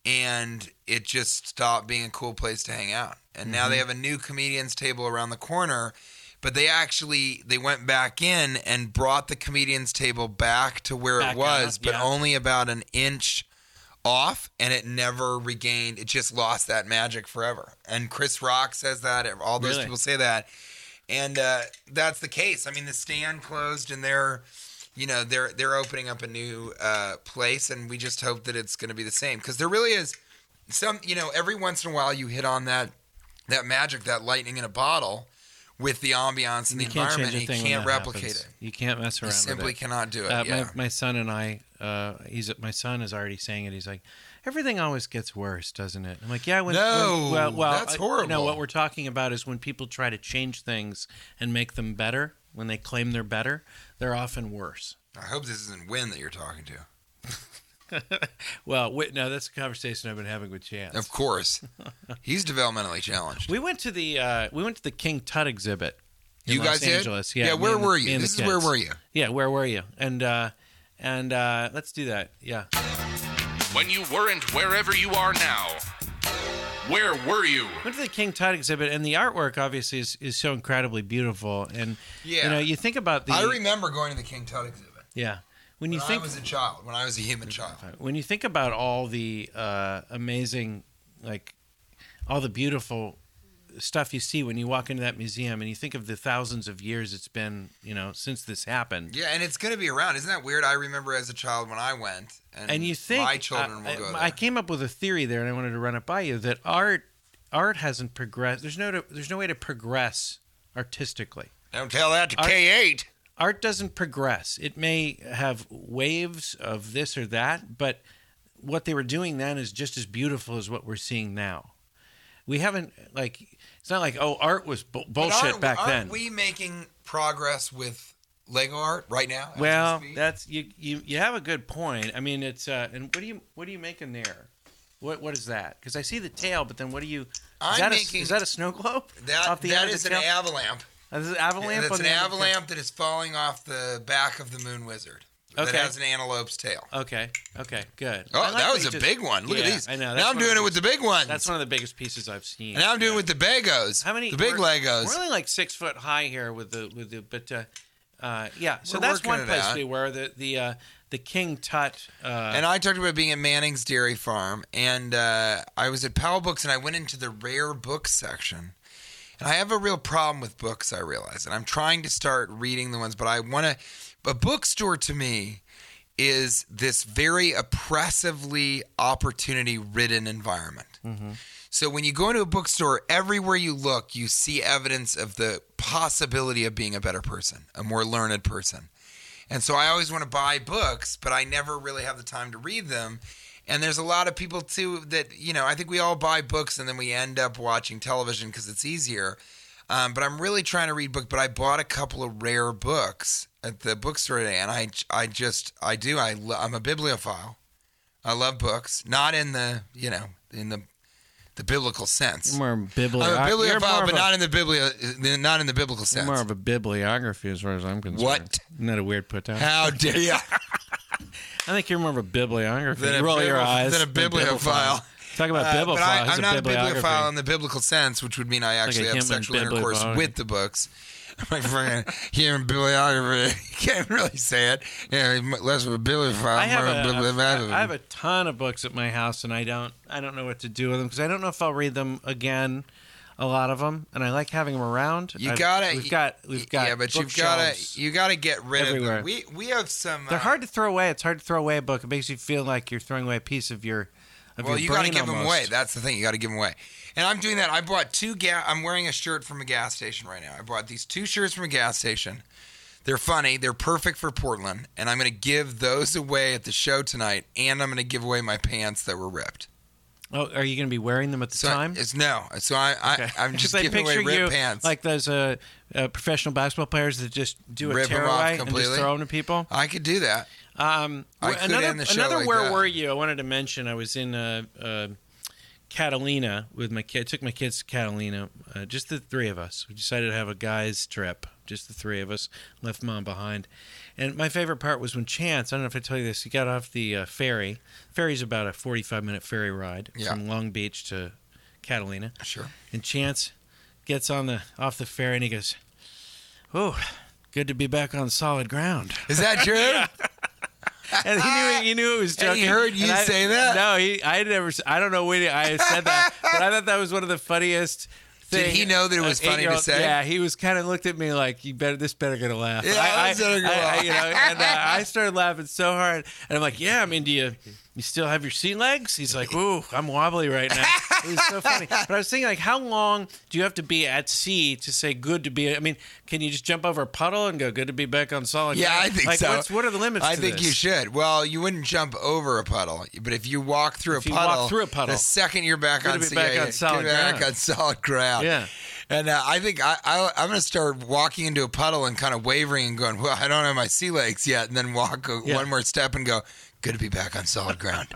Speaker 3: and it just stopped being a cool place to hang out. And now
Speaker 1: Mm-hmm.
Speaker 3: they have a new comedian's table around the corner, but they actually they went back in and brought the comedian's table back to where
Speaker 1: Back
Speaker 3: it was,
Speaker 1: up,
Speaker 3: but
Speaker 1: yeah.
Speaker 3: only about an inch off and it never regained it just lost that magic forever and chris rock says that all those
Speaker 1: Really?
Speaker 3: people say that and uh, that's the case i mean the stand closed and they're you know they're they're opening up a new uh, place and we just hope that it's going to be the same because there really is some you know every once in a while you hit on that that magic that lightning in a bottle with the ambiance and the
Speaker 1: you can't
Speaker 3: environment
Speaker 1: change
Speaker 3: and
Speaker 1: a
Speaker 3: you
Speaker 1: thing when
Speaker 3: can't
Speaker 1: that
Speaker 3: replicate
Speaker 1: happens.
Speaker 3: it
Speaker 1: You can't mess around.
Speaker 3: you simply
Speaker 1: with it.
Speaker 3: cannot do it
Speaker 1: Uh,
Speaker 3: yeah.
Speaker 1: my, my son and I, uh, he's my son is already saying it. He's like, everything always gets worse, doesn't it? I'm like, yeah. When,
Speaker 3: No,
Speaker 1: when- well, well,
Speaker 3: that's
Speaker 1: I-
Speaker 3: horrible.
Speaker 1: No, what we're talking about is when people try to change things and make them better. When they claim they're better, they're often worse.
Speaker 3: i hope this isn't win that you're talking to
Speaker 1: Well, wait, no, that's a conversation I've been having with Chance.
Speaker 3: Of course. He's developmentally challenged.
Speaker 1: We went to the uh, we went to the King Tut exhibit. in
Speaker 3: You
Speaker 1: Los
Speaker 3: guys did?
Speaker 1: Angeles. Yeah,
Speaker 3: Yeah,
Speaker 1: me
Speaker 3: where
Speaker 1: and the-
Speaker 3: were
Speaker 1: me
Speaker 3: you?
Speaker 1: and the
Speaker 3: This is where
Speaker 1: kids.
Speaker 3: were you?
Speaker 1: Yeah, where were you? And uh, and uh, let's do that. Yeah.
Speaker 2: When you weren't wherever you are now, where were you?
Speaker 1: went to the King Tut exhibit, and the artwork obviously is, is so incredibly beautiful. And
Speaker 3: Yeah.
Speaker 1: you know, you think about the
Speaker 3: I remember going to the King Tut exhibit
Speaker 1: yeah when you
Speaker 3: when
Speaker 1: think
Speaker 3: I was a child, when I was a human child.
Speaker 1: when you think about all the uh, amazing, like all the beautiful stuff you see when you walk into that museum, and you think of the thousands of years it's been, you know, since this happened.
Speaker 3: Yeah, and it's going to be around. Isn't that weird? I remember as a child when I went. And,
Speaker 1: and you think
Speaker 3: My children
Speaker 1: I,
Speaker 3: will go
Speaker 1: I, I
Speaker 3: there.
Speaker 1: came up with a theory there, and I wanted to run it by you that art art hasn't progressed. There's no there's no way to progress artistically.
Speaker 3: Don't tell that to
Speaker 1: I-
Speaker 3: K8.
Speaker 1: art doesn't progress. It may have waves of this or that, but what they were doing then is just as beautiful as what we're seeing now. We haven't like it's not like oh art was bu-
Speaker 3: But
Speaker 1: bullshit
Speaker 3: aren't-
Speaker 1: back
Speaker 3: aren't
Speaker 1: then.
Speaker 3: we making progress with Lego art right now? as we
Speaker 1: well,
Speaker 3: speak?
Speaker 1: that's you, you you have a good point. I mean, it's uh and what do you what are you making there? What what is that? Cuz I see the tail, but then what do you is,
Speaker 3: I'm
Speaker 1: that,
Speaker 3: making-
Speaker 1: a, is that a snow globe?
Speaker 3: that,
Speaker 1: Off the
Speaker 3: that
Speaker 1: end of
Speaker 3: is
Speaker 1: the
Speaker 3: an
Speaker 1: tail?
Speaker 3: avalanpe.
Speaker 1: This is avalanche.
Speaker 3: Yeah,
Speaker 1: on
Speaker 3: that's an
Speaker 1: the end of the tail?
Speaker 3: avalanche that is falling off the back of the moon wizard. That
Speaker 1: Okay.
Speaker 3: has an antelope's tail.
Speaker 1: Okay. Okay. Good.
Speaker 3: Oh,
Speaker 1: I like
Speaker 3: that was
Speaker 1: you
Speaker 3: a
Speaker 1: just-
Speaker 3: big one. Look at
Speaker 1: Yeah,
Speaker 3: these.
Speaker 1: I know. That's
Speaker 3: Now I'm
Speaker 1: one of
Speaker 3: doing
Speaker 1: the
Speaker 3: it with the big ones.
Speaker 1: That's one of the biggest pieces I've seen.
Speaker 3: and now I'm doing
Speaker 1: Yeah.
Speaker 3: it with the bagos.
Speaker 1: how many
Speaker 3: The big
Speaker 1: we're-
Speaker 3: Legos.
Speaker 1: We're only like six foot high here with the with the but uh, uh yeah. So
Speaker 3: We're
Speaker 1: that's
Speaker 3: working
Speaker 1: one
Speaker 3: it
Speaker 1: place
Speaker 3: out.
Speaker 1: we were the the uh, the King Tut. Uh,
Speaker 3: and I talked about being at Manning's Dairy Farm, and uh, I was at Powell Books, and I went into the rare books section, I have a real problem with books, I realize. And I'm trying to start reading the ones, but I want to. A bookstore to me is this very oppressively opportunity ridden environment. So when you go into a bookstore, everywhere you look, you see evidence of the possibility of being a better person, a more learned person. And so I always want to buy books, but I never really have the time to read them. And there's a lot of people too that, you know, I think we all buy books and then we end up watching television because it's easier. Um, but I'm really trying to read books. But I bought a couple of rare books at the bookstore today, and I, I just, I do, I, lo- I'm a bibliophile. I love books, not in the, you know, in the, the biblical sense.
Speaker 1: More bibli-
Speaker 3: I'm a bibliophile, but not
Speaker 1: a,
Speaker 3: in the biblio, not in the biblical sense.
Speaker 1: more of a bibliography as far as I'm concerned.
Speaker 3: What?
Speaker 1: Isn't that a weird put down?
Speaker 3: How dare you?
Speaker 1: I think you're more of a bibliography.
Speaker 3: Than a
Speaker 1: You roll your
Speaker 3: bibli-
Speaker 1: eyes.
Speaker 3: than a bibliophile.
Speaker 1: Talk about
Speaker 3: Uh,
Speaker 1: bibliophile.
Speaker 3: but I,
Speaker 1: He's
Speaker 3: am not a
Speaker 1: bibliography.
Speaker 3: bibliophile in the biblical sense, which would mean I actually
Speaker 1: a
Speaker 3: have
Speaker 1: human
Speaker 3: sexual intercourse
Speaker 1: bibliophile.
Speaker 3: with the books. My friend, human bibliography. Can't really say it. Yeah, less of a bibliophile.
Speaker 1: I have
Speaker 3: more of a
Speaker 1: a,
Speaker 3: bibliophile.
Speaker 1: I have a ton of books at my house, and I don't I don't know what to do with them because I don't know if I'll read them again. A lot of them, and I like having them around.
Speaker 3: You
Speaker 1: I've-
Speaker 3: gotta.
Speaker 1: We've got. We've got.
Speaker 3: Yeah, but you've gotta.
Speaker 1: bookshelves.
Speaker 3: You gotta get rid
Speaker 1: everywhere.
Speaker 3: of them. We we have some.
Speaker 1: They're
Speaker 3: uh,
Speaker 1: hard to throw away. It's hard to throw away a book. It makes you feel like you're throwing away a piece of your. Of
Speaker 3: Well,
Speaker 1: your
Speaker 3: you got
Speaker 1: brain
Speaker 3: to give them away.
Speaker 1: almost.
Speaker 3: That's the thing. You got to give them away. And I'm doing that. I bought two gas. I'm wearing a shirt from a gas station right now. I bought these two shirts from a gas station. They're funny. They're perfect for Portland. And I'm going to give those away at the show tonight. And I'm going to give away my pants that were ripped.
Speaker 1: Oh, are you going to be wearing them at the
Speaker 3: So
Speaker 1: time?
Speaker 3: It's no. So I, I I'm just
Speaker 1: I
Speaker 3: giving away
Speaker 1: picture
Speaker 3: ripped
Speaker 1: you
Speaker 3: pants.
Speaker 1: like those uh, uh, professional basketball players that just do a
Speaker 3: Rip 'em
Speaker 1: tear
Speaker 3: off
Speaker 1: away and
Speaker 3: completely.
Speaker 1: just throw them to people.
Speaker 3: I could do that.
Speaker 1: Um,
Speaker 3: I
Speaker 1: wh-
Speaker 3: could
Speaker 1: another,
Speaker 3: end the show
Speaker 1: another
Speaker 3: like
Speaker 1: where
Speaker 3: that.
Speaker 1: were you? I wanted to mention I was in uh, uh, Catalina with my kid. Took my kids to Catalina, uh, just the three of us. We decided to have a guys trip, just the three of us. Left mom behind, and my favorite part was when Chance. I don't know if I told you this. He got off the uh, ferry. Ferry's about a forty-five minute ferry ride
Speaker 3: Yeah.
Speaker 1: from Long Beach to Catalina,
Speaker 3: Sure.
Speaker 1: and Chance gets on the off the ferry and he goes, "Oh, good to be back on solid ground."
Speaker 3: Is that true?
Speaker 1: and he knew he knew it was
Speaker 3: And
Speaker 1: joking.
Speaker 3: he heard you
Speaker 1: And I-
Speaker 3: say that?
Speaker 1: No, he. I never. s- I don't know when I said that, but I thought that was one of the funniest.
Speaker 3: Did
Speaker 1: thing-
Speaker 3: he know that it was
Speaker 1: an
Speaker 3: funny to
Speaker 1: eight-year-old-
Speaker 3: say?
Speaker 1: Yeah, he was kind of looked at me like, "You better, this better get a laugh."
Speaker 3: Yeah,
Speaker 1: I,
Speaker 3: this better get a
Speaker 1: I- I-
Speaker 3: laugh.
Speaker 1: you know, and uh, I started laughing so hard, and I'm like, "Yeah, I mean, do you, you still have your sea legs?" He's like, "Ooh, I'm wobbly right now." It was so funny. But I was thinking, like, how long do you have to be at sea to say "good to be"? I mean, can you just jump over a puddle and go "good to be back on solid
Speaker 3: Yeah,
Speaker 1: ground"?
Speaker 3: I think
Speaker 1: like,
Speaker 3: so.
Speaker 1: What's, what are the limits?
Speaker 3: I
Speaker 1: to
Speaker 3: think
Speaker 1: this?
Speaker 3: you should. Well, you wouldn't jump over a puddle, but if you walk through
Speaker 1: If
Speaker 3: a
Speaker 1: you
Speaker 3: puddle,
Speaker 1: walk through a puddle,
Speaker 3: the second you're back
Speaker 1: you're
Speaker 3: on,
Speaker 1: gonna be
Speaker 3: yeah,
Speaker 1: back
Speaker 3: yeah,
Speaker 1: on
Speaker 3: you're
Speaker 1: solid
Speaker 3: back
Speaker 1: ground.
Speaker 3: on solid ground.
Speaker 1: Yeah.
Speaker 3: And uh, I think I, I I'm gonna start walking into a puddle and kind of wavering and going, well, I don't have my sea legs yet, and then walk uh,
Speaker 1: Yeah.
Speaker 3: one more step and go, good to be back on solid ground.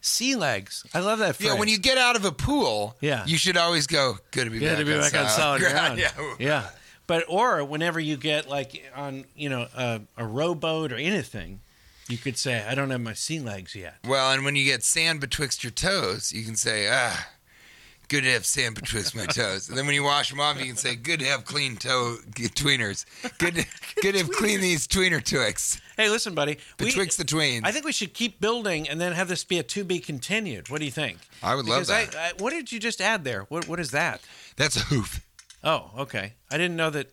Speaker 1: sea legs. I love that phrase.
Speaker 3: yeah, when you get out of a pool,
Speaker 1: Yeah.
Speaker 3: you should always go, good to be,
Speaker 1: yeah,
Speaker 3: back,
Speaker 1: to be
Speaker 3: on
Speaker 1: back on solid ground.
Speaker 3: Yeah.
Speaker 1: yeah. But or whenever you get like on you know a, a rowboat or anything, you could say I don't have my sea legs yet.
Speaker 3: Well, and when you get sand betwixt your toes, you can say, ah, good to have sand betwixt my toes. And then when you wash them off, you can say, good to have clean toe tweeners. Good to, good to have clean these tweener twicks.
Speaker 1: Hey, listen, buddy. we-
Speaker 3: Betwixt the tweens.
Speaker 1: I think we should keep building and then have this be a to be continued. What do you think?
Speaker 3: I would love
Speaker 1: Because I- I, what did you just add there? What what is that?
Speaker 3: That's a hoof.
Speaker 1: Oh, okay. I didn't know that.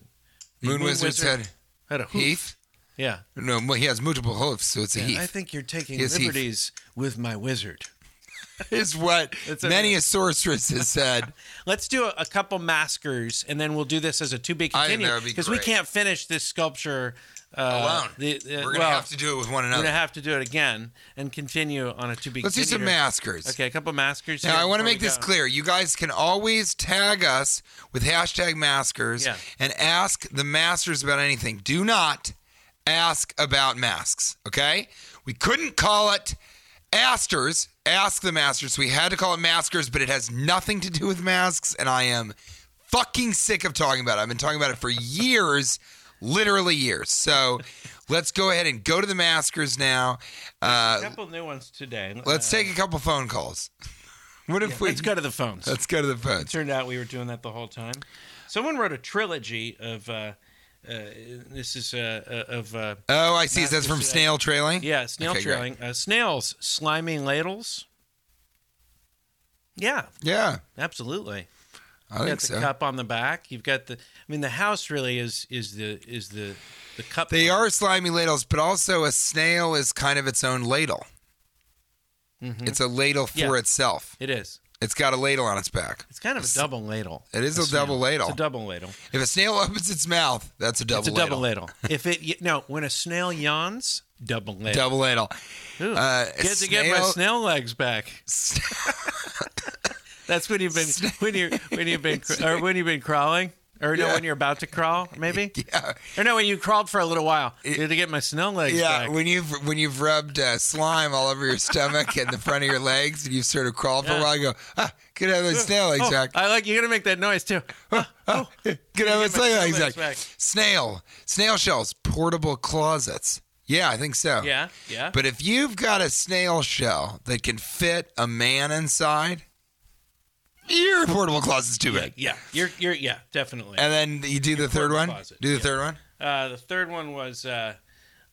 Speaker 1: the
Speaker 3: Moon, Wizard said,
Speaker 1: had a hoof.
Speaker 3: heath?
Speaker 1: Yeah.
Speaker 3: No, well, he has multiple hoofs, so it's a
Speaker 1: I
Speaker 3: heath.
Speaker 1: think you're taking
Speaker 3: Yes, heath.
Speaker 1: liberties with my wizard.
Speaker 3: Is what
Speaker 1: It's a-
Speaker 3: many a sorceress has said.
Speaker 1: Let's do a, a couple maskers, and then we'll do this as a two be
Speaker 3: I think
Speaker 1: continue
Speaker 3: that would be
Speaker 1: because we
Speaker 3: great.
Speaker 1: can't finish this sculpture uh,
Speaker 3: Alone.
Speaker 1: The,
Speaker 3: We're
Speaker 1: uh,
Speaker 3: going to
Speaker 1: well,
Speaker 3: have to do it with one
Speaker 1: We're
Speaker 3: another.
Speaker 1: gonna have to do it again and continue on a two be.
Speaker 3: Let's do some maskers.
Speaker 1: Okay, a couple maskers.
Speaker 3: Now,
Speaker 1: here
Speaker 3: I want to
Speaker 1: before we
Speaker 3: make this
Speaker 1: go.
Speaker 3: clear. You guys can always tag us with hashtag maskers
Speaker 1: Yeah.
Speaker 3: and ask the masters about anything. Do not ask about masks, okay? We couldn't call it asters, ask the masters. We had to call it maskers, but it has nothing to do with masks, and I am fucking sick of talking about it. I've been talking about it for years, literally years. So let's go ahead and go to the maskers now.
Speaker 1: A
Speaker 3: Uh,
Speaker 1: couple new ones today. Uh,
Speaker 3: let's take a couple phone calls. What if we
Speaker 1: Let's go to the phones.
Speaker 3: Let's go to the phones.
Speaker 1: Turned out we were doing that the whole time. Someone wrote a trilogy of. Uh, uh, this is uh, uh, of uh,
Speaker 3: Oh, I see. Is that
Speaker 1: Master
Speaker 3: from
Speaker 1: Slave.
Speaker 3: snail trailing?
Speaker 1: yeah snail
Speaker 3: Okay, great.
Speaker 1: trailing uh, snails slimy ladles. Yeah,
Speaker 3: Yeah.
Speaker 1: absolutely.
Speaker 3: I
Speaker 1: You
Speaker 3: think
Speaker 1: got the
Speaker 3: so.
Speaker 1: cup on the back. You've got the. I mean, the house really is is the is the the cup.
Speaker 3: They
Speaker 1: part.
Speaker 3: are slimy ladles, but also a snail is kind of its own ladle. It's a ladle for
Speaker 1: Mm-hmm. Yeah.
Speaker 3: itself.
Speaker 1: It is.
Speaker 3: It's got a ladle on its back.
Speaker 1: It's kind of a double ladle.
Speaker 3: It is a
Speaker 1: snail.
Speaker 3: double ladle.
Speaker 1: It's a double ladle.
Speaker 3: If a snail opens its mouth, that's a double
Speaker 1: It's a double ladle. if it y- no, when a snail yawns, double ladle.
Speaker 3: Double ladle.
Speaker 1: Ooh,
Speaker 3: Uh, a
Speaker 1: get to get my
Speaker 3: snail-
Speaker 1: snail legs back. That's when you've been when you when you've been cr- or when you've been crawling or no
Speaker 3: Yeah.
Speaker 1: when you're about to crawl maybe
Speaker 3: Yeah.
Speaker 1: or no when you crawled for a little while. You had to get my snail legs
Speaker 3: Yeah,
Speaker 1: back.
Speaker 3: when you've when you've rubbed uh, slime all over your stomach and the front of your legs, and you've sort of crawled for a
Speaker 1: Yeah.
Speaker 3: while, you go, ah, get out of those snail legs
Speaker 1: Oh,
Speaker 3: back.
Speaker 1: I like you. Got to make that noise too.
Speaker 3: Oh, get out
Speaker 1: my
Speaker 3: of snail
Speaker 1: snail
Speaker 3: legs
Speaker 1: legs
Speaker 3: back.
Speaker 1: back.
Speaker 3: Snail, snail shells, portable closets. Yeah, I think so.
Speaker 1: Yeah, yeah.
Speaker 3: But if you've got a snail shell that can fit a man inside, your portable closet's too big.
Speaker 1: yeah, you're you're yeah, definitely.
Speaker 3: And then you do the third
Speaker 1: portable
Speaker 3: one.
Speaker 1: closet,
Speaker 3: Do the
Speaker 1: yeah.
Speaker 3: third one.
Speaker 1: Uh, the third one was uh,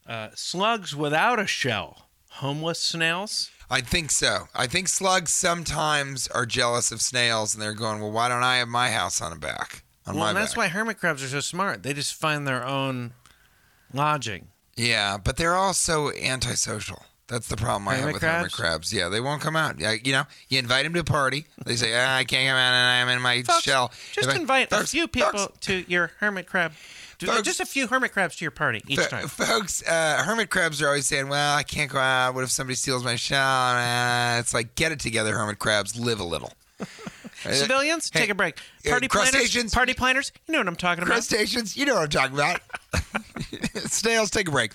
Speaker 1: uh, slugs without a shell, homeless snails.
Speaker 3: I think so. I think slugs sometimes are jealous of snails, and they're going, "Well, why don't I have my house on a back on
Speaker 1: Well,
Speaker 3: my
Speaker 1: and that's
Speaker 3: back?"
Speaker 1: why hermit crabs are so smart. They just find their own lodging.
Speaker 3: yeah, but they're also antisocial. That's the problem I have
Speaker 1: Hermit
Speaker 3: with hermit
Speaker 1: crabs?
Speaker 3: crabs. Yeah, they won't come out. Yeah, you know, you invite them to a party, they say, ah, "I can't come out, and I'm in my
Speaker 1: Folks,
Speaker 3: shell."
Speaker 1: Just
Speaker 3: If I-
Speaker 1: invite a
Speaker 3: Folks,
Speaker 1: few people
Speaker 3: folks,
Speaker 1: to your hermit crab. to-
Speaker 3: Folks.
Speaker 1: just a few hermit crabs to your party each
Speaker 3: F-
Speaker 1: time.
Speaker 3: Folks, uh, hermit crabs are always saying, "Well, I can't go out. What if somebody steals my shell?" Uh, it's like, get it together, hermit crabs. Live a little.
Speaker 1: Civilians, take a break.
Speaker 3: uh,
Speaker 1: Party planners,
Speaker 3: crustaceans-
Speaker 1: party planners. You know what I'm talking about.
Speaker 3: crustaceans. You know what I'm talking about. Snails, take a break.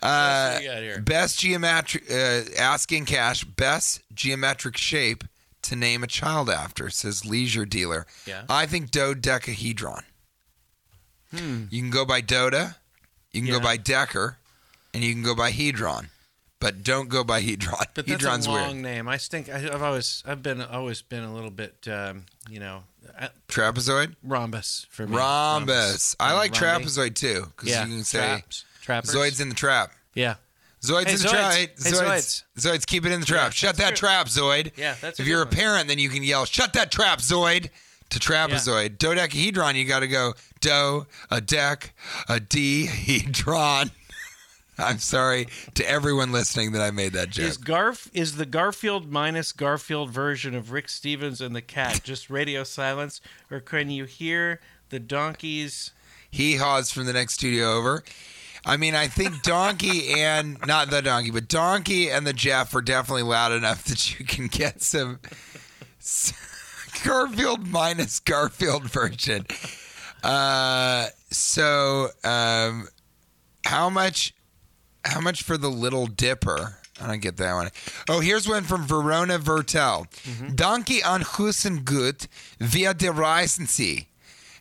Speaker 1: What
Speaker 3: Uh,
Speaker 1: do you got here?
Speaker 3: best geometric, uh, asking cash, best geometric shape to name a child after, says Leisure Dealer.
Speaker 1: Yeah.
Speaker 3: I think dodecahedron. You can go by Doda, you can
Speaker 1: Hmm. Yeah.
Speaker 3: go by Decker, and you can go by Hedron. But don't go by Hedron.
Speaker 1: But that's
Speaker 3: Hedron's
Speaker 1: a long
Speaker 3: weird.
Speaker 1: name. I think I, I've always I've been always been a little bit um, you know uh,
Speaker 3: Trapezoid?
Speaker 1: rhombus for me.
Speaker 3: Rhombus. I like
Speaker 1: Rhombi.
Speaker 3: trapezoid too, because
Speaker 1: Yeah,
Speaker 3: you can say
Speaker 1: traps, trappers.
Speaker 3: Zoid's in the trap.
Speaker 1: yeah.
Speaker 3: Zoids
Speaker 1: Hey,
Speaker 3: in the
Speaker 1: Zoids.
Speaker 3: trap.
Speaker 1: Hey,
Speaker 3: Zoids. Zoids, keep it in the trap. Shut that trap, Zoid.
Speaker 1: Yeah, that's a good
Speaker 3: If you're a
Speaker 1: one.
Speaker 3: parent, then you can yell, "Shut that trap, Zoid!" To trapezoid, dodecahedron, you got to go do a dec a dehedron. I'm sorry to everyone listening that I made that joke.
Speaker 1: Is Garf is the Garfield minus Garfield version of Rick Stevens and the cat just radio silence, or can you hear the donkeys?
Speaker 3: He haws from the next studio over. I mean, I think Donkey and not the Donkey, but Donkey and the Jeff are definitely loud enough that you can get some s- Garfield minus Garfield version. Uh, so, um, how much? How much for the Little Dipper? I don't get that one. Oh, here's one from Verona Vertel. Donkey an Husen gut via der Reisensee.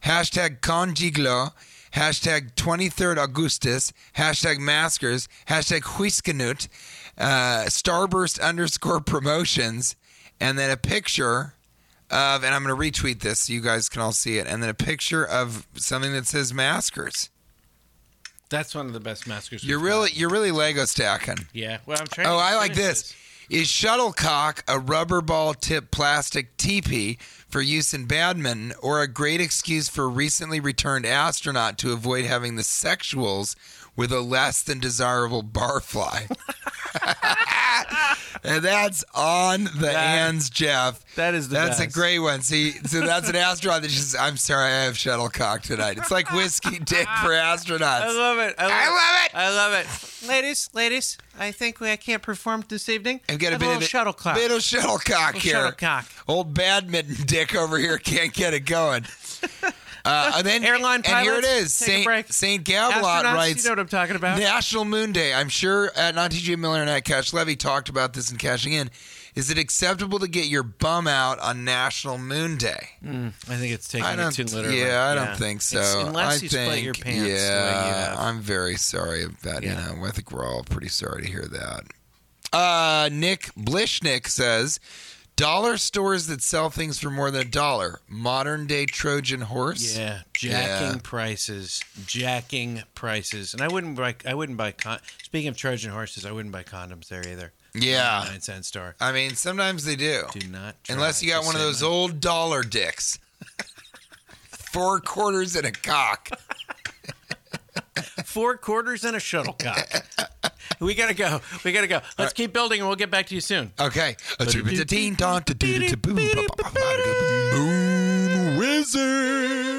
Speaker 3: Hashtag Conjiglo. Hashtag 23rd Augustus. Hashtag Maskers. Hashtag Huiskenut. Uh, Starburst underscore promotions. And then a picture of, and I'm going to retweet this so you guys can all see it. And then a picture of something that says Maskers.
Speaker 1: That's one of the best maskers.
Speaker 3: You're
Speaker 1: we've
Speaker 3: really,
Speaker 1: got.
Speaker 3: you're really Lego stacking.
Speaker 1: yeah. Well, I'm trying.
Speaker 3: Oh,
Speaker 1: to
Speaker 3: I like
Speaker 1: finish
Speaker 3: this. Is shuttlecock a rubber ball tip plastic teepee for use in badminton or a great excuse for a recently returned astronaut to avoid having the sexuals with a less than desirable barfly? and that's on the hands, Jeff.
Speaker 1: That is the
Speaker 3: That's a
Speaker 1: best.
Speaker 3: great one. See, so that's an astronaut that just, I'm sorry, I have shuttlecock tonight. It's like whiskey dick for astronauts.
Speaker 1: I love it. I love,
Speaker 3: I love it.
Speaker 1: I love it. Ladies, ladies, I think we, I can't perform this evening.
Speaker 3: I've got a
Speaker 1: Have
Speaker 3: bit
Speaker 1: little
Speaker 3: of it-
Speaker 1: shuttlecock.
Speaker 3: Bit of shuttlecock here.
Speaker 1: shuttlecock.
Speaker 3: Old badminton dick over here can't get it going. Uh, and then
Speaker 1: Airline
Speaker 3: and here it
Speaker 1: pilots,
Speaker 3: is.
Speaker 1: take a
Speaker 3: Saint
Speaker 1: break.
Speaker 3: Saint
Speaker 1: Astronauts,
Speaker 3: Gabalot writes
Speaker 1: You know what I'm talking about?
Speaker 3: National Moon Day. I'm sure at not TJ Miller and at Cash Levy talked about this in cashing in. Is it acceptable to get your bum out on National Moon Day?
Speaker 1: I think it's taking
Speaker 3: I
Speaker 1: it
Speaker 3: don't.
Speaker 1: too literally.
Speaker 3: Yeah, I don't think so.
Speaker 1: It's- unless
Speaker 3: I
Speaker 1: you
Speaker 3: think,
Speaker 1: split your pants. the way you
Speaker 3: Yeah,
Speaker 1: have.
Speaker 3: I'm very sorry about
Speaker 1: Yeah.
Speaker 3: you know. I think we're all pretty sorry to hear that. Uh, Nick Blishnick says, "Dollar stores that sell things for more than a dollar. Modern day Trojan horse.
Speaker 1: Yeah, jacking
Speaker 3: Yeah.
Speaker 1: prices, jacking prices, and I wouldn't buy. I wouldn't buy. Con- Speaking of Trojan horses, I wouldn't buy condoms there either.
Speaker 3: Yeah.
Speaker 1: nine cent store.
Speaker 3: I mean, sometimes they do,
Speaker 1: Do not. try
Speaker 3: Uh. unless you got
Speaker 1: to
Speaker 3: one of
Speaker 1: save
Speaker 3: those
Speaker 1: money.
Speaker 3: old dollar dicks. four quarters and a cock.
Speaker 1: Four quarters and a shuttlecock. we gotta go. We gotta go. Let's keep building, and we'll get back to you soon.
Speaker 3: Okay. Moon Wizard.